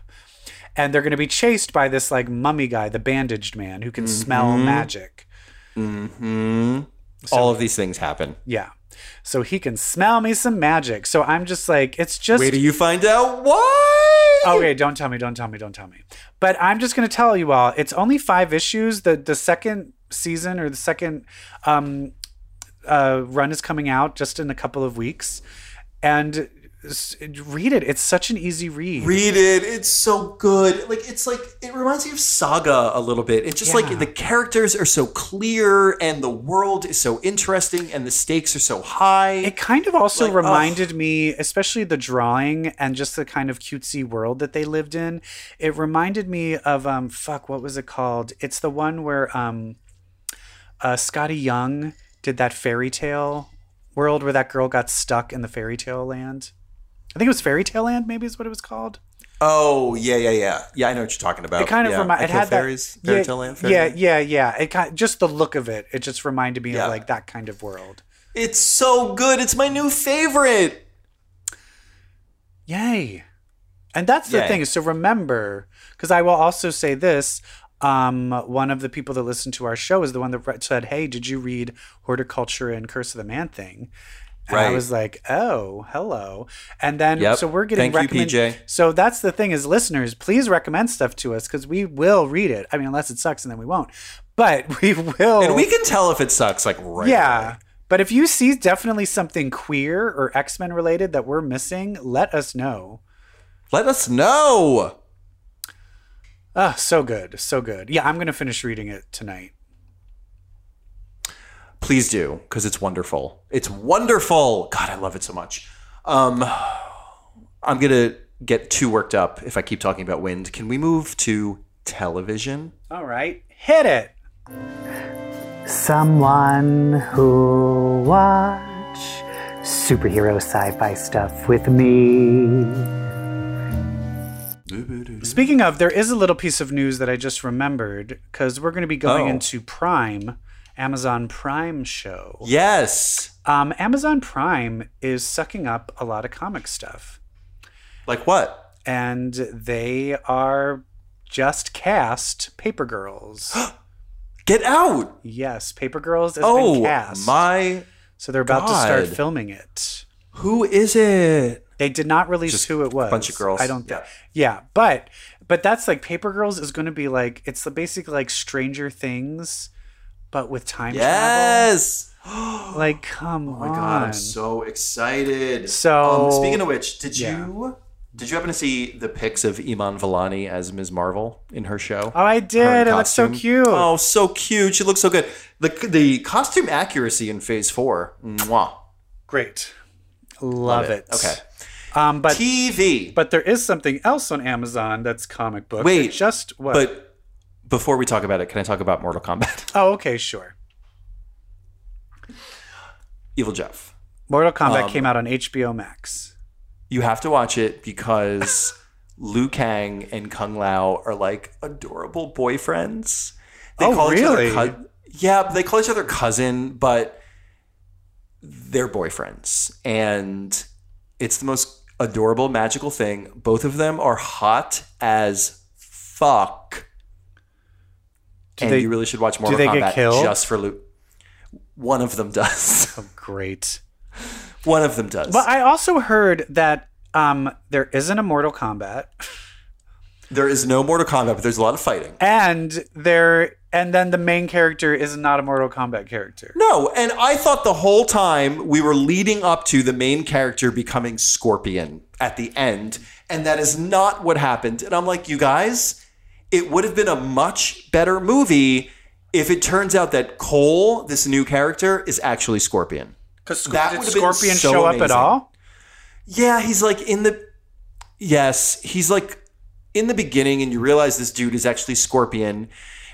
Speaker 1: and they're going to be chased by this like mummy guy the bandaged man who can smell magic
Speaker 2: Mm-hmm. All of Mm-hmm. these things happen.
Speaker 1: yeah so he can smell me some magic. So I'm just like, it's just.
Speaker 2: Wait till you find out why.
Speaker 1: Okay, don't tell me, don't tell me, don't tell me. But I'm just gonna tell you all, it's only five issues. The the second season or the second um, uh, run is coming out just in a couple of weeks, and s- read it. It's such an easy read.
Speaker 2: Read it. It's so good. Like it's like it reminds me of Saga a little bit. It's just
Speaker 1: Yeah.
Speaker 2: like the characters are so clear and the world is so interesting and the stakes are so high.
Speaker 1: It kind of also
Speaker 2: Like, ugh.
Speaker 1: reminded me, especially the drawing and just the kind of cutesy world that they lived in. It reminded me of um fuck, what was it called? It's the one where um uh Scotty Young did that fairy tale world where that girl got stuck in the fairy tale land. I think it was Fairy Tale Land, maybe is what it was called.
Speaker 2: oh yeah, yeah, yeah, yeah. I know what you're talking about.
Speaker 1: It kind of
Speaker 2: Oh, yeah.
Speaker 1: reminded.
Speaker 2: I
Speaker 1: It
Speaker 2: Kill
Speaker 1: had
Speaker 2: fairies.
Speaker 1: that.
Speaker 2: Fairy
Speaker 1: yeah,
Speaker 2: Tale Land, Fairy
Speaker 1: yeah,
Speaker 2: Land.
Speaker 1: yeah, yeah. It kind just the look of it. It just reminded me
Speaker 2: Yeah.
Speaker 1: of like that kind of world.
Speaker 2: It's so good. It's my new favorite.
Speaker 1: Yay. And that's the
Speaker 2: Yay.
Speaker 1: thing. So remember, because I will also say this um, one of the people that listened to our show is the one that re- said, Hey, did you read Horticulture and Curse of the Man thing? And I
Speaker 2: Right.
Speaker 1: was like, Oh, hello. And then,
Speaker 2: Yep.
Speaker 1: so we're getting
Speaker 2: Thank you,
Speaker 1: recommend-
Speaker 2: PJ.
Speaker 1: So that's the thing is, listeners, please recommend stuff to us because we will read it. I mean, unless it sucks and then we won't, but we will.
Speaker 2: And we can tell if it sucks like right. away.
Speaker 1: Oh. Yeah. But if you see definitely something queer or X Men related that we're missing, let us know.
Speaker 2: Let us know.
Speaker 1: Ah, so good, so good. Yeah, I'm gonna finish reading it tonight.
Speaker 2: Please do, because it's wonderful. It's wonderful. God, I love it so much. Um, I'm gonna get too worked up if I keep talking about wind. Can we move to television?
Speaker 1: All right, hit it.
Speaker 5: Someone who watch superhero sci-fi stuff with me.
Speaker 1: Speaking of, there is a little piece of news that I just remembered because we're gonna be going
Speaker 2: Oh.
Speaker 1: into Prime, Amazon Prime show.
Speaker 2: Yes.
Speaker 1: Um, Amazon Prime is sucking up a lot of comic stuff,
Speaker 2: Like what?
Speaker 1: and they are just cast Paper Girls.
Speaker 2: Get out!
Speaker 1: yes, Paper Girls has been
Speaker 2: oh
Speaker 1: cast,
Speaker 2: my!
Speaker 1: so they're about to start
Speaker 2: God.
Speaker 1: filming it.
Speaker 2: Who is it?
Speaker 1: They did not release
Speaker 2: Just
Speaker 1: who it was.
Speaker 2: bunch of girls.
Speaker 1: I don't think. Yeah. but but that's like Paper Girls is going to be like it's basically like Stranger Things, but with time
Speaker 2: Yes.
Speaker 1: travel. Like, come
Speaker 2: Oh my
Speaker 1: on.
Speaker 2: god! I'm so excited.
Speaker 1: So-
Speaker 2: um, speaking of which, did
Speaker 1: Yeah.
Speaker 2: you did you happen to see the pics of Iman Vellani as Ms. Marvel in her show?
Speaker 1: oh, I
Speaker 2: her
Speaker 1: did. It looks so
Speaker 2: costume.
Speaker 1: cute.
Speaker 2: Oh, so cute. She looks so good. The the costume accuracy in Phase Four. Mwah.
Speaker 1: great. Love, it.
Speaker 2: Okay.
Speaker 1: Um, but
Speaker 2: TV.
Speaker 1: but there is something else on Amazon that's comic book.
Speaker 2: Wait,
Speaker 1: It just what?
Speaker 2: But before we talk about it, can I talk about Mortal Kombat?
Speaker 1: oh, okay, sure.
Speaker 2: Evil Jeff.
Speaker 1: Mortal Kombat
Speaker 2: Um,
Speaker 1: came out on HBO Max.
Speaker 2: You have to watch it because Liu Kang and Kung Lao are like adorable boyfriends. They
Speaker 1: Oh, really?
Speaker 2: Each other cou- yeah, but they call each other cousin, but they're boyfriends. And it's the most adorable, magical thing. Both of them are hot as fuck. and
Speaker 1: they-
Speaker 2: you really should watch Mortal
Speaker 1: they get
Speaker 2: Kombat
Speaker 1: killed?
Speaker 2: just for Luke. One of them does.
Speaker 1: Oh, great.
Speaker 2: One of them does.
Speaker 1: But I also heard that um, there isn't a Mortal Kombat.
Speaker 2: there is no Mortal Kombat, but there's a lot of fighting.
Speaker 1: and there and then the main character is not a Mortal Kombat character.
Speaker 2: No, and I thought the whole time we were leading up to the main character becoming Scorpion at the end, and that is not what happened. And I'm like, you guys, it would have been a much better movie if it turns out that Cole, this new character, is actually Scorpion.
Speaker 1: Because
Speaker 2: That
Speaker 1: did
Speaker 2: would've been
Speaker 1: Scorpion
Speaker 2: so
Speaker 1: show up at
Speaker 2: amazing.
Speaker 1: all?
Speaker 2: Yeah, he's like in the Yes, he's like in the beginning and you realize this dude is actually Scorpion.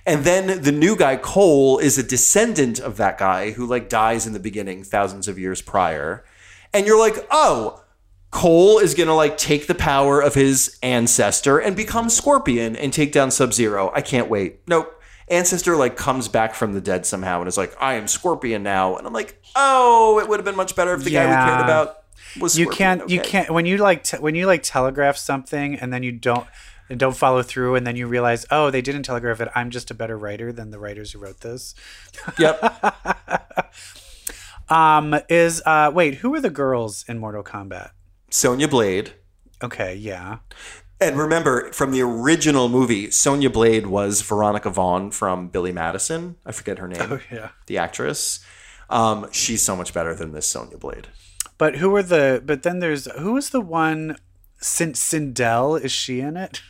Speaker 2: And then the new guy Cole is a descendant of that guy who like dies in the beginning thousands of years prior. And you're like, "Oh, Cole is going to like take the power of his ancestor and become Scorpion and take down Sub-Zero. I can't wait." Nope. Ancestor like comes back from the dead somehow and is like, "I am Scorpion now." And I'm like, "Oh, it would have been much better if the guy we
Speaker 1: Yeah.
Speaker 2: cared about was
Speaker 1: You
Speaker 2: Scorpion."
Speaker 1: can't. You
Speaker 2: Okay.
Speaker 1: can't. When you like te- when you like telegraph something and then you don't and don't follow through and then you realize oh they didn't telegraph it i'm just a better writer than the writers who wrote this
Speaker 2: Yep.
Speaker 1: Um, is uh, wait, who are the girls in Mortal Kombat?
Speaker 2: Sonya Blade.
Speaker 1: Okay, yeah,
Speaker 2: And remember, from the original movie, Sonya Blade was Veronica Vaughn from Billy Madison. I forget her name,
Speaker 1: Oh, yeah.
Speaker 2: the actress. Um, she's so much better than this Sonya Blade.
Speaker 1: But who are the? But then there's who is the one? Sin- Sindel is she in it?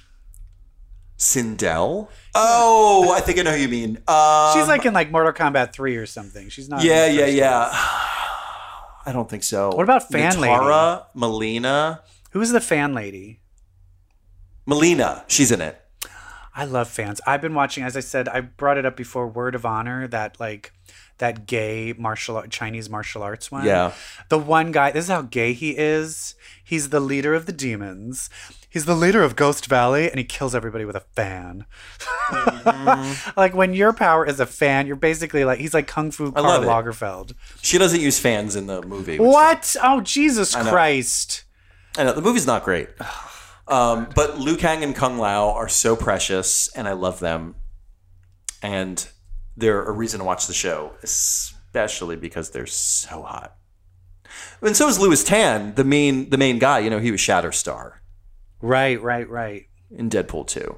Speaker 2: Sindel? Oh, I think I know who you mean. Uh,
Speaker 1: She's like in like Mortal Kombat three or something. She's not. in
Speaker 2: yeah,
Speaker 1: the
Speaker 2: yeah,
Speaker 1: first one.
Speaker 2: yeah. I don't think so.
Speaker 1: What about fan lady?
Speaker 2: Natara, Melina.
Speaker 1: Who's the fan lady?
Speaker 2: Melina, she's in it.
Speaker 1: I love fans. I've been watching, as I said, I brought it up before. Word of Honor, that like that gay martial art, Chinese martial arts one.
Speaker 2: Yeah.
Speaker 1: The one guy. This is how gay he is. He's the leader of the demons. He's the leader of Ghost Valley, and he kills everybody with a fan.
Speaker 2: Mm-hmm.
Speaker 1: like when your power is a fan, you're basically like he's like Kung Fu Karl
Speaker 2: love it.
Speaker 1: Lagerfeld.
Speaker 2: She doesn't use fans in the movie. which-
Speaker 1: What? Oh Jesus
Speaker 2: know.
Speaker 1: Christ!
Speaker 2: I know the movie's not great. Um, but Liu Kang and Kung Lao are so precious, and I love them. And they're a reason to watch the show, especially because they're so hot. And so is Louis Tan, the main the main guy. You know, he was Shatterstar
Speaker 1: Right, right, right.
Speaker 2: in Deadpool 2.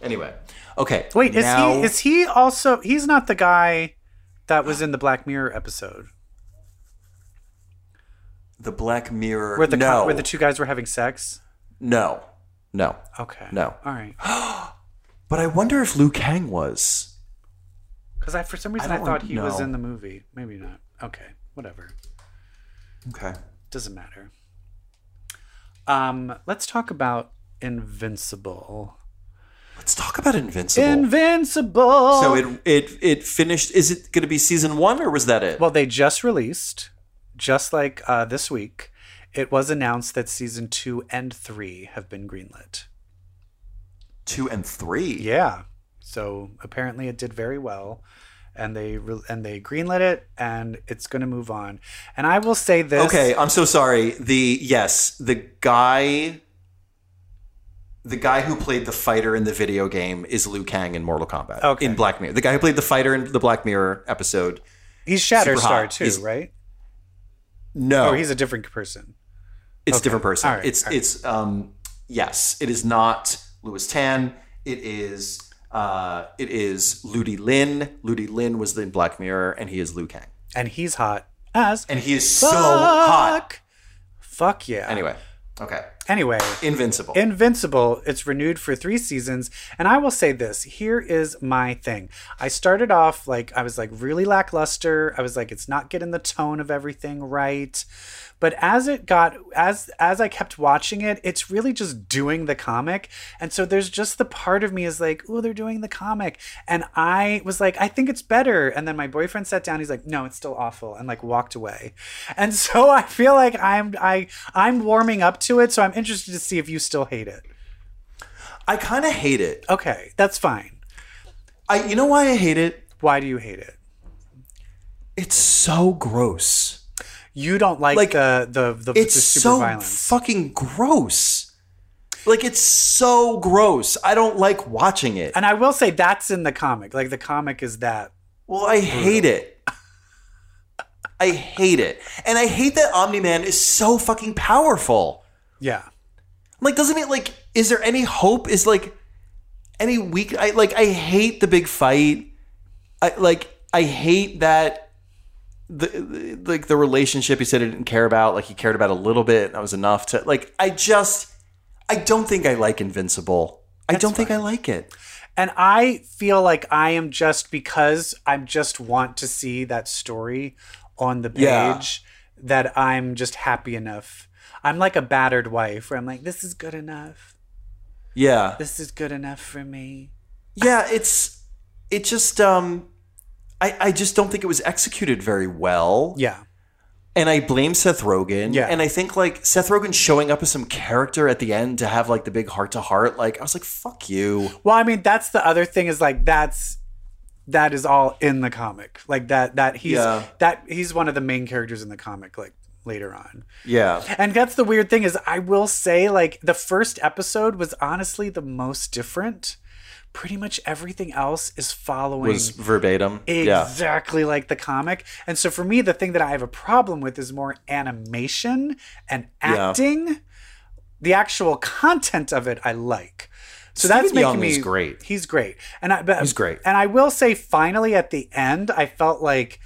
Speaker 2: Anyway, okay.
Speaker 1: Wait, is
Speaker 2: now-
Speaker 1: he is he also he's not the guy that was in the Black Mirror episode
Speaker 2: the Black Mirror?
Speaker 1: where the co-
Speaker 2: no,
Speaker 1: where the two guys were having sex?
Speaker 2: no, no.
Speaker 1: Okay.
Speaker 2: No.
Speaker 1: All right.
Speaker 2: But I wonder if Liu Kang was.
Speaker 1: Cuz I for some reason
Speaker 2: I
Speaker 1: I,
Speaker 2: don't
Speaker 1: thought he was
Speaker 2: know.
Speaker 1: in the movie. Maybe not. Okay. Whatever.
Speaker 2: Okay.
Speaker 1: Doesn't matter. Um let's talk about Invincible.
Speaker 2: Let's talk about Invincible.
Speaker 1: Invincible.
Speaker 2: So it it it finished. Is it going to be season one or was that it?
Speaker 1: Well, they just released, just like uh, this week, it was announced that season two and three have been greenlit.
Speaker 2: two and three.
Speaker 1: Yeah. So apparently it did very well, and they re- and they greenlit it, and it's going to move on. And I will say this.
Speaker 2: Okay, I'm so sorry. The yes, the guy, the guy who played the fighter in the video game is Liu Kang in Mortal Kombat.
Speaker 1: Okay.
Speaker 2: In Black Mirror, the guy who played the fighter in the Black Mirror episode.
Speaker 1: He's
Speaker 2: Super
Speaker 1: Shatterstar
Speaker 2: hot.
Speaker 1: too,
Speaker 2: He's- Oh.
Speaker 1: right?
Speaker 2: No,
Speaker 1: Or Oh, he's a different person.
Speaker 2: it's a different person.
Speaker 1: All right,
Speaker 2: It's
Speaker 1: all right.
Speaker 2: it's um yes, it is not Louis Tan. It is uh it is Ludi Lin. Ludi Lin was in Black Mirror, and he is Liu Kang,
Speaker 1: And he's hot as
Speaker 2: and he is so hot.
Speaker 1: fuck. Fuck yeah.
Speaker 2: Anyway, okay.
Speaker 1: Anyway.
Speaker 2: Invincible.
Speaker 1: Invincible, it's renewed for three seasons. And I will say this here is my thing. I started off like, I was like really lackluster. I was like, it's not getting the tone of everything right. But as it got, as as I kept watching it, it's really just doing the comic. And so there's just the part of me is like, oh, they're doing the comic. And I was like, I think it's better. And then my boyfriend sat down, he's like, no, it's still awful, and like walked away. And so I feel like I'm I I'm warming up to it, so I'm interested to see if you still hate it.
Speaker 2: I kind of hate it.
Speaker 1: Okay, that's fine.
Speaker 2: I you know why I hate it?
Speaker 1: Why do you hate it?
Speaker 2: It's so gross.
Speaker 1: You don't like,
Speaker 2: Like,
Speaker 1: the the the,
Speaker 2: It's
Speaker 1: the super
Speaker 2: so
Speaker 1: violence.
Speaker 2: fucking gross. Like it's so gross. I don't like watching it.
Speaker 1: and I will say that's in the comic. Like the comic is that.
Speaker 2: Well, I hate it. I hate it. And I hate that Omni Man is so fucking powerful.
Speaker 1: Yeah.
Speaker 2: Like, doesn't it like is there any hope? Is like any weak I like I hate the big fight. I like I hate that the, the like the relationship he said he didn't care about, like he cared about a little bit, and that was enough to like I just I don't think I like Invincible. I don't think I like it.
Speaker 1: And I feel like I am just because I just want to see that story on the page
Speaker 2: Yeah.
Speaker 1: that I'm just happy enough. I'm like a battered wife where I'm like, this is good enough.
Speaker 2: Yeah.
Speaker 1: This is good enough for me.
Speaker 2: yeah it's it just um I, I just don't think it was executed very well.
Speaker 1: Yeah.
Speaker 2: And I blame Seth Rogen.
Speaker 1: Yeah.
Speaker 2: And I think like Seth Rogen showing up as some character at the end to have like the big heart to heart, like I was like, fuck you.
Speaker 1: Well, I mean, that's the other thing is like that's that is all in the comic. Like that that he's
Speaker 2: Yeah.
Speaker 1: that he's one of the main characters in the comic like later on.
Speaker 2: Yeah.
Speaker 1: And that's the weird thing is I will say like the first episode was honestly the most different pretty much everything else is following
Speaker 2: was verbatim. Yeah.
Speaker 1: exactly like the comic. And so for me, the thing that I have a problem with is more animation and
Speaker 2: Yeah.
Speaker 1: acting. The actual content of it, I like. So
Speaker 2: Stephen
Speaker 1: that's making
Speaker 2: Young
Speaker 1: me
Speaker 2: is great.
Speaker 1: He's great, and I, but,
Speaker 2: He's great.
Speaker 1: And I will say, finally at the end, I felt like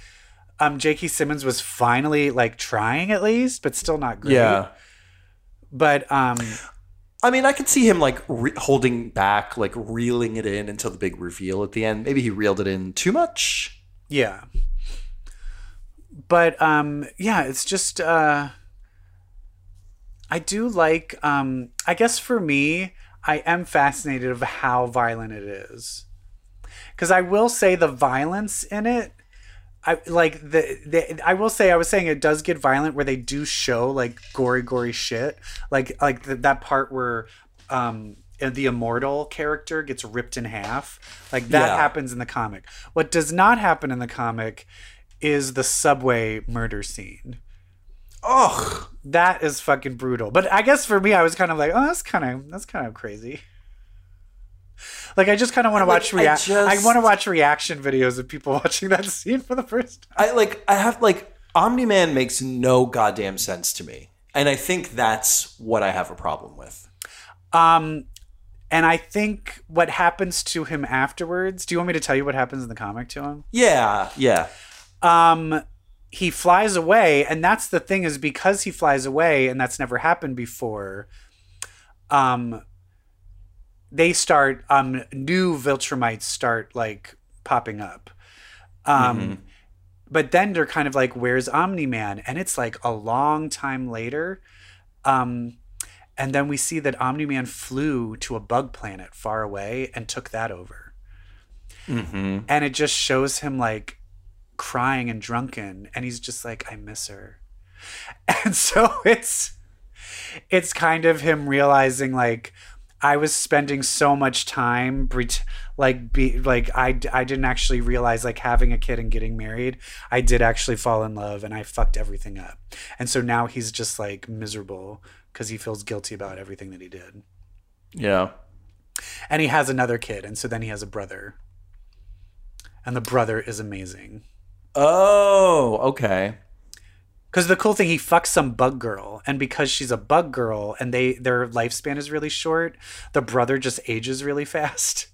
Speaker 1: um, J.K. Simmons was finally like trying at least, but still not great.
Speaker 2: Yeah.
Speaker 1: But um,
Speaker 2: I mean, I could see him like re- holding back, like reeling it in until the big reveal at the end. Maybe he reeled it in too much.
Speaker 1: Yeah. But um yeah, it's just uh I do like um I guess for me, I am fascinated of how violent it is. Cuz I will say the violence in it I like the, the I will say I was saying it does get violent where they do show like gory gory shit like like th that part where um the immortal character gets ripped in half like that
Speaker 2: Yeah.
Speaker 1: happens in the comic what does not happen in the comic is the subway murder scene
Speaker 2: Ugh.
Speaker 1: that is fucking brutal but I guess for me I was kind of like oh that's kind of that's kind of crazy like I just kind of want to
Speaker 2: Like,
Speaker 1: watch
Speaker 2: I
Speaker 1: react I
Speaker 2: just-
Speaker 1: want to watch reaction videos of people watching that scene for the first
Speaker 2: I like I have like Omni Man makes no goddamn sense to me. And I think that's what I have a problem with.
Speaker 1: Um, and I think what happens to him afterwards. Do you want me to tell you what happens in the comic to him?
Speaker 2: Yeah, yeah.
Speaker 1: Um, he flies away, and that's the thing is because he flies away, and that's never happened before. Um, they start um new Viltrumites start like popping up. Um.
Speaker 2: Mm-hmm.
Speaker 1: But then they're kind of like, "Where's Omni Man?" And it's like a long time later. Um, and then we see that Omni Man flew to a bug planet far away and took that over.
Speaker 2: Mm-hmm.
Speaker 1: And it just shows him like crying and drunken. And he's just like, I miss her. And so it's it's kind of him realizing like I was spending so much time pret- like be like I, d- I didn't actually realize like having a kid and getting married I did actually fall in love and I fucked everything up. And so now he's just like miserable cuz he feels guilty about everything that he did.
Speaker 2: Yeah.
Speaker 1: And he has another kid and so then he has a brother. And the brother is amazing.
Speaker 2: Oh, okay.
Speaker 1: Because the cool thing, he fucks some bug girl, and because she's a bug girl, and they their lifespan is really short, the brother just ages really fast.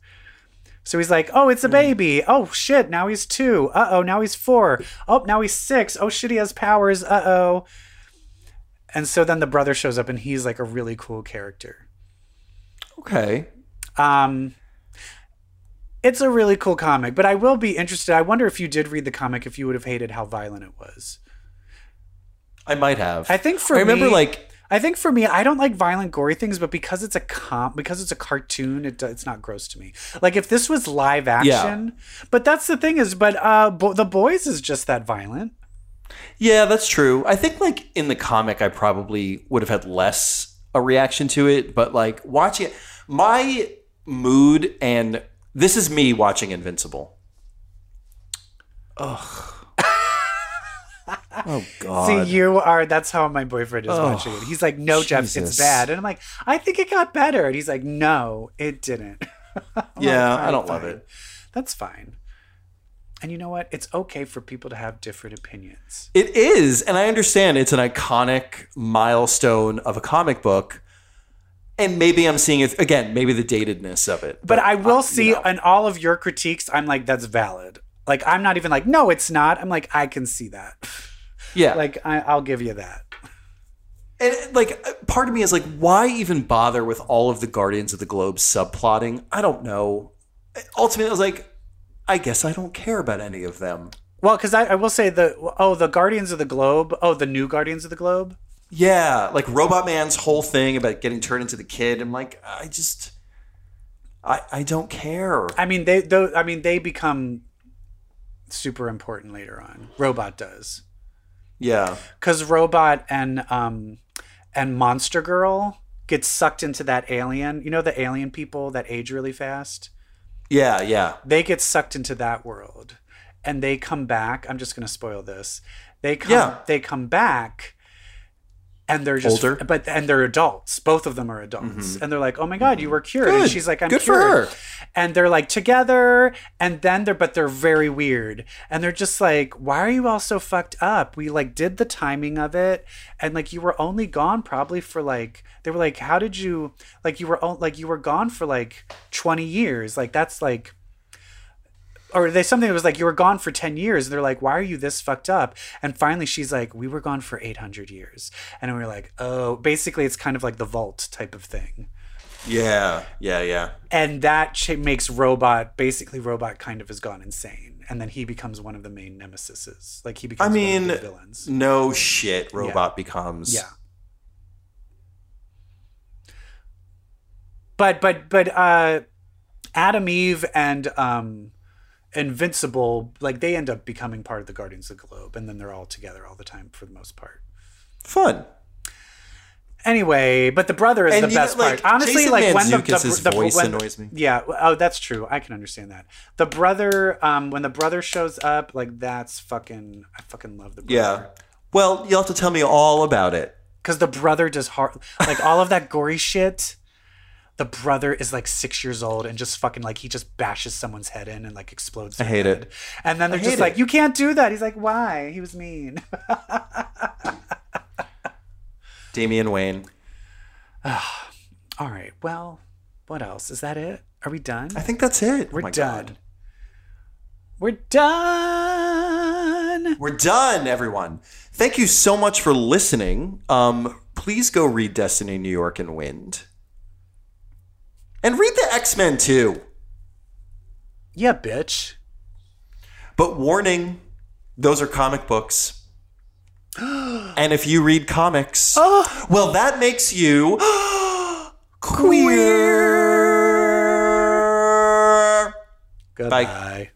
Speaker 1: So he's like, "Oh, it's a baby. Oh shit, now he's two. Uh oh, now he's four. Oh, now he's six. Oh shit, he has powers. Uh oh." And so then the brother shows up, and he's like a really cool character.
Speaker 2: Okay.
Speaker 1: Um, it's a really cool comic, but I will be interested. I wonder if you did read the comic, if you would have hated how violent it was.
Speaker 2: I might have.
Speaker 1: I think for
Speaker 2: I remember
Speaker 1: me-
Speaker 2: like
Speaker 1: I think for me, I don't like violent, gory things, but because it's a comp, because it's a cartoon, it, do- it's not gross to me. Like if this was live action, but that's the thing is, but uh, bo- the boys is just that violent.
Speaker 2: Yeah, that's true. I think like in the comic, I probably would have had less a reaction to it, but like watching it, my mood and this is me watching Invincible. Ugh. oh God.
Speaker 1: See, you are. That's how my boyfriend is watching it. He's like, "No, Jeff,
Speaker 2: Jesus.
Speaker 1: it's bad," and I'm like, "I think it got better," and he's like, "No, it didn't."
Speaker 2: yeah,
Speaker 1: fine,
Speaker 2: I don't love
Speaker 1: fine.
Speaker 2: it.
Speaker 1: that's fine. And you know what? It's okay for people to have different opinions.
Speaker 2: It is, and I understand it's an iconic milestone of a comic book. And maybe I'm seeing it again, maybe the datedness of it.
Speaker 1: But I will
Speaker 2: uh, you
Speaker 1: see
Speaker 2: know.
Speaker 1: in all of your critiques, I'm like, that's valid. Like, I'm not even like, no, it's not. I'm like, I can see that.
Speaker 2: yeah.
Speaker 1: like, I, I'll give you that.
Speaker 2: And like, part of me is like, why even bother with all of the Guardians of the Globe subplotting? I don't know. Ultimately, I was like, I guess I don't care about any of them.
Speaker 1: Well, because I, I will say the oh the Guardians of the Globe oh the new Guardians of the Globe
Speaker 2: Yeah, like Robot Man's whole thing about getting turned into the kid. I'm like, I just, I, I don't care.
Speaker 1: I mean they though I mean they become super important later on Robot does
Speaker 2: Yeah,
Speaker 1: because Robot and um and Monster Girl get sucked into that alien you know the alien people that age really fast
Speaker 2: yeah, yeah.
Speaker 1: they get sucked into that world and they come back i'm just going to spoil this they come
Speaker 2: Yeah.
Speaker 1: they come back and they're just
Speaker 2: Older? Mm-hmm.
Speaker 1: but and they're adults. Both of them are adults, and they're like, "Oh my god, you were cured!" And
Speaker 2: Good.
Speaker 1: she's like, "I'm
Speaker 2: Good for
Speaker 1: cured."
Speaker 2: her.
Speaker 1: And they're like together, and then they're but they're very weird, and they're just like, "Why are you all so fucked up? We like did the timing of it, and like you were only gone probably for like they were like, how did you like you were on like you were gone for like twenty years? Like that's like." or they something that was like you were gone for 10 years and they're like why are you this fucked up and finally she's like we were gone for 800 years and we were like oh basically it's kind of like the vault type of thing
Speaker 2: Yeah, yeah, yeah.
Speaker 1: and that ch- makes robot basically robot kind of has gone insane and then he becomes one of the main nemesises like he becomes one
Speaker 2: mean,
Speaker 1: of the villains
Speaker 2: No shit. Robot becomes.
Speaker 1: yeah but but but uh adam eve and um invincible like they end up becoming part of the guardians of the globe and then they're all together all the time for the most part
Speaker 2: Fun.
Speaker 1: anyway but the brother is
Speaker 2: And
Speaker 1: the
Speaker 2: you know,
Speaker 1: best
Speaker 2: like,
Speaker 1: part honestly
Speaker 2: Jason
Speaker 1: like when the, the,
Speaker 2: Mantzoukas' his
Speaker 1: the-
Speaker 2: voice
Speaker 1: when-
Speaker 2: annoys me.
Speaker 1: yeah well, oh that's true i can understand that the brother um when the brother shows up like that's fucking i fucking love the brother
Speaker 2: Yeah. Well, you'll have to tell me all about it.
Speaker 1: because the brother does hard like all of that gory shit the brother is like six years old and just fucking like he just bashes someone's head in and like explodes
Speaker 2: I hate it.
Speaker 1: and then they're just
Speaker 2: hate
Speaker 1: like
Speaker 2: it.
Speaker 1: you can't do that he's like why he was mean
Speaker 2: Damian Wayne.
Speaker 1: all right well what else is that it are we done
Speaker 2: I think that's it.
Speaker 1: we're
Speaker 2: Oh my
Speaker 1: done
Speaker 2: God.
Speaker 1: we're done
Speaker 2: We're done, everyone. Thank you so much for listening. Um, please go read Destiny, New York, and Wind. And read the X Men too.
Speaker 1: yeah bitch
Speaker 2: But warning, those are comic books. and if you read comics, well, that makes you queer.
Speaker 1: goodbye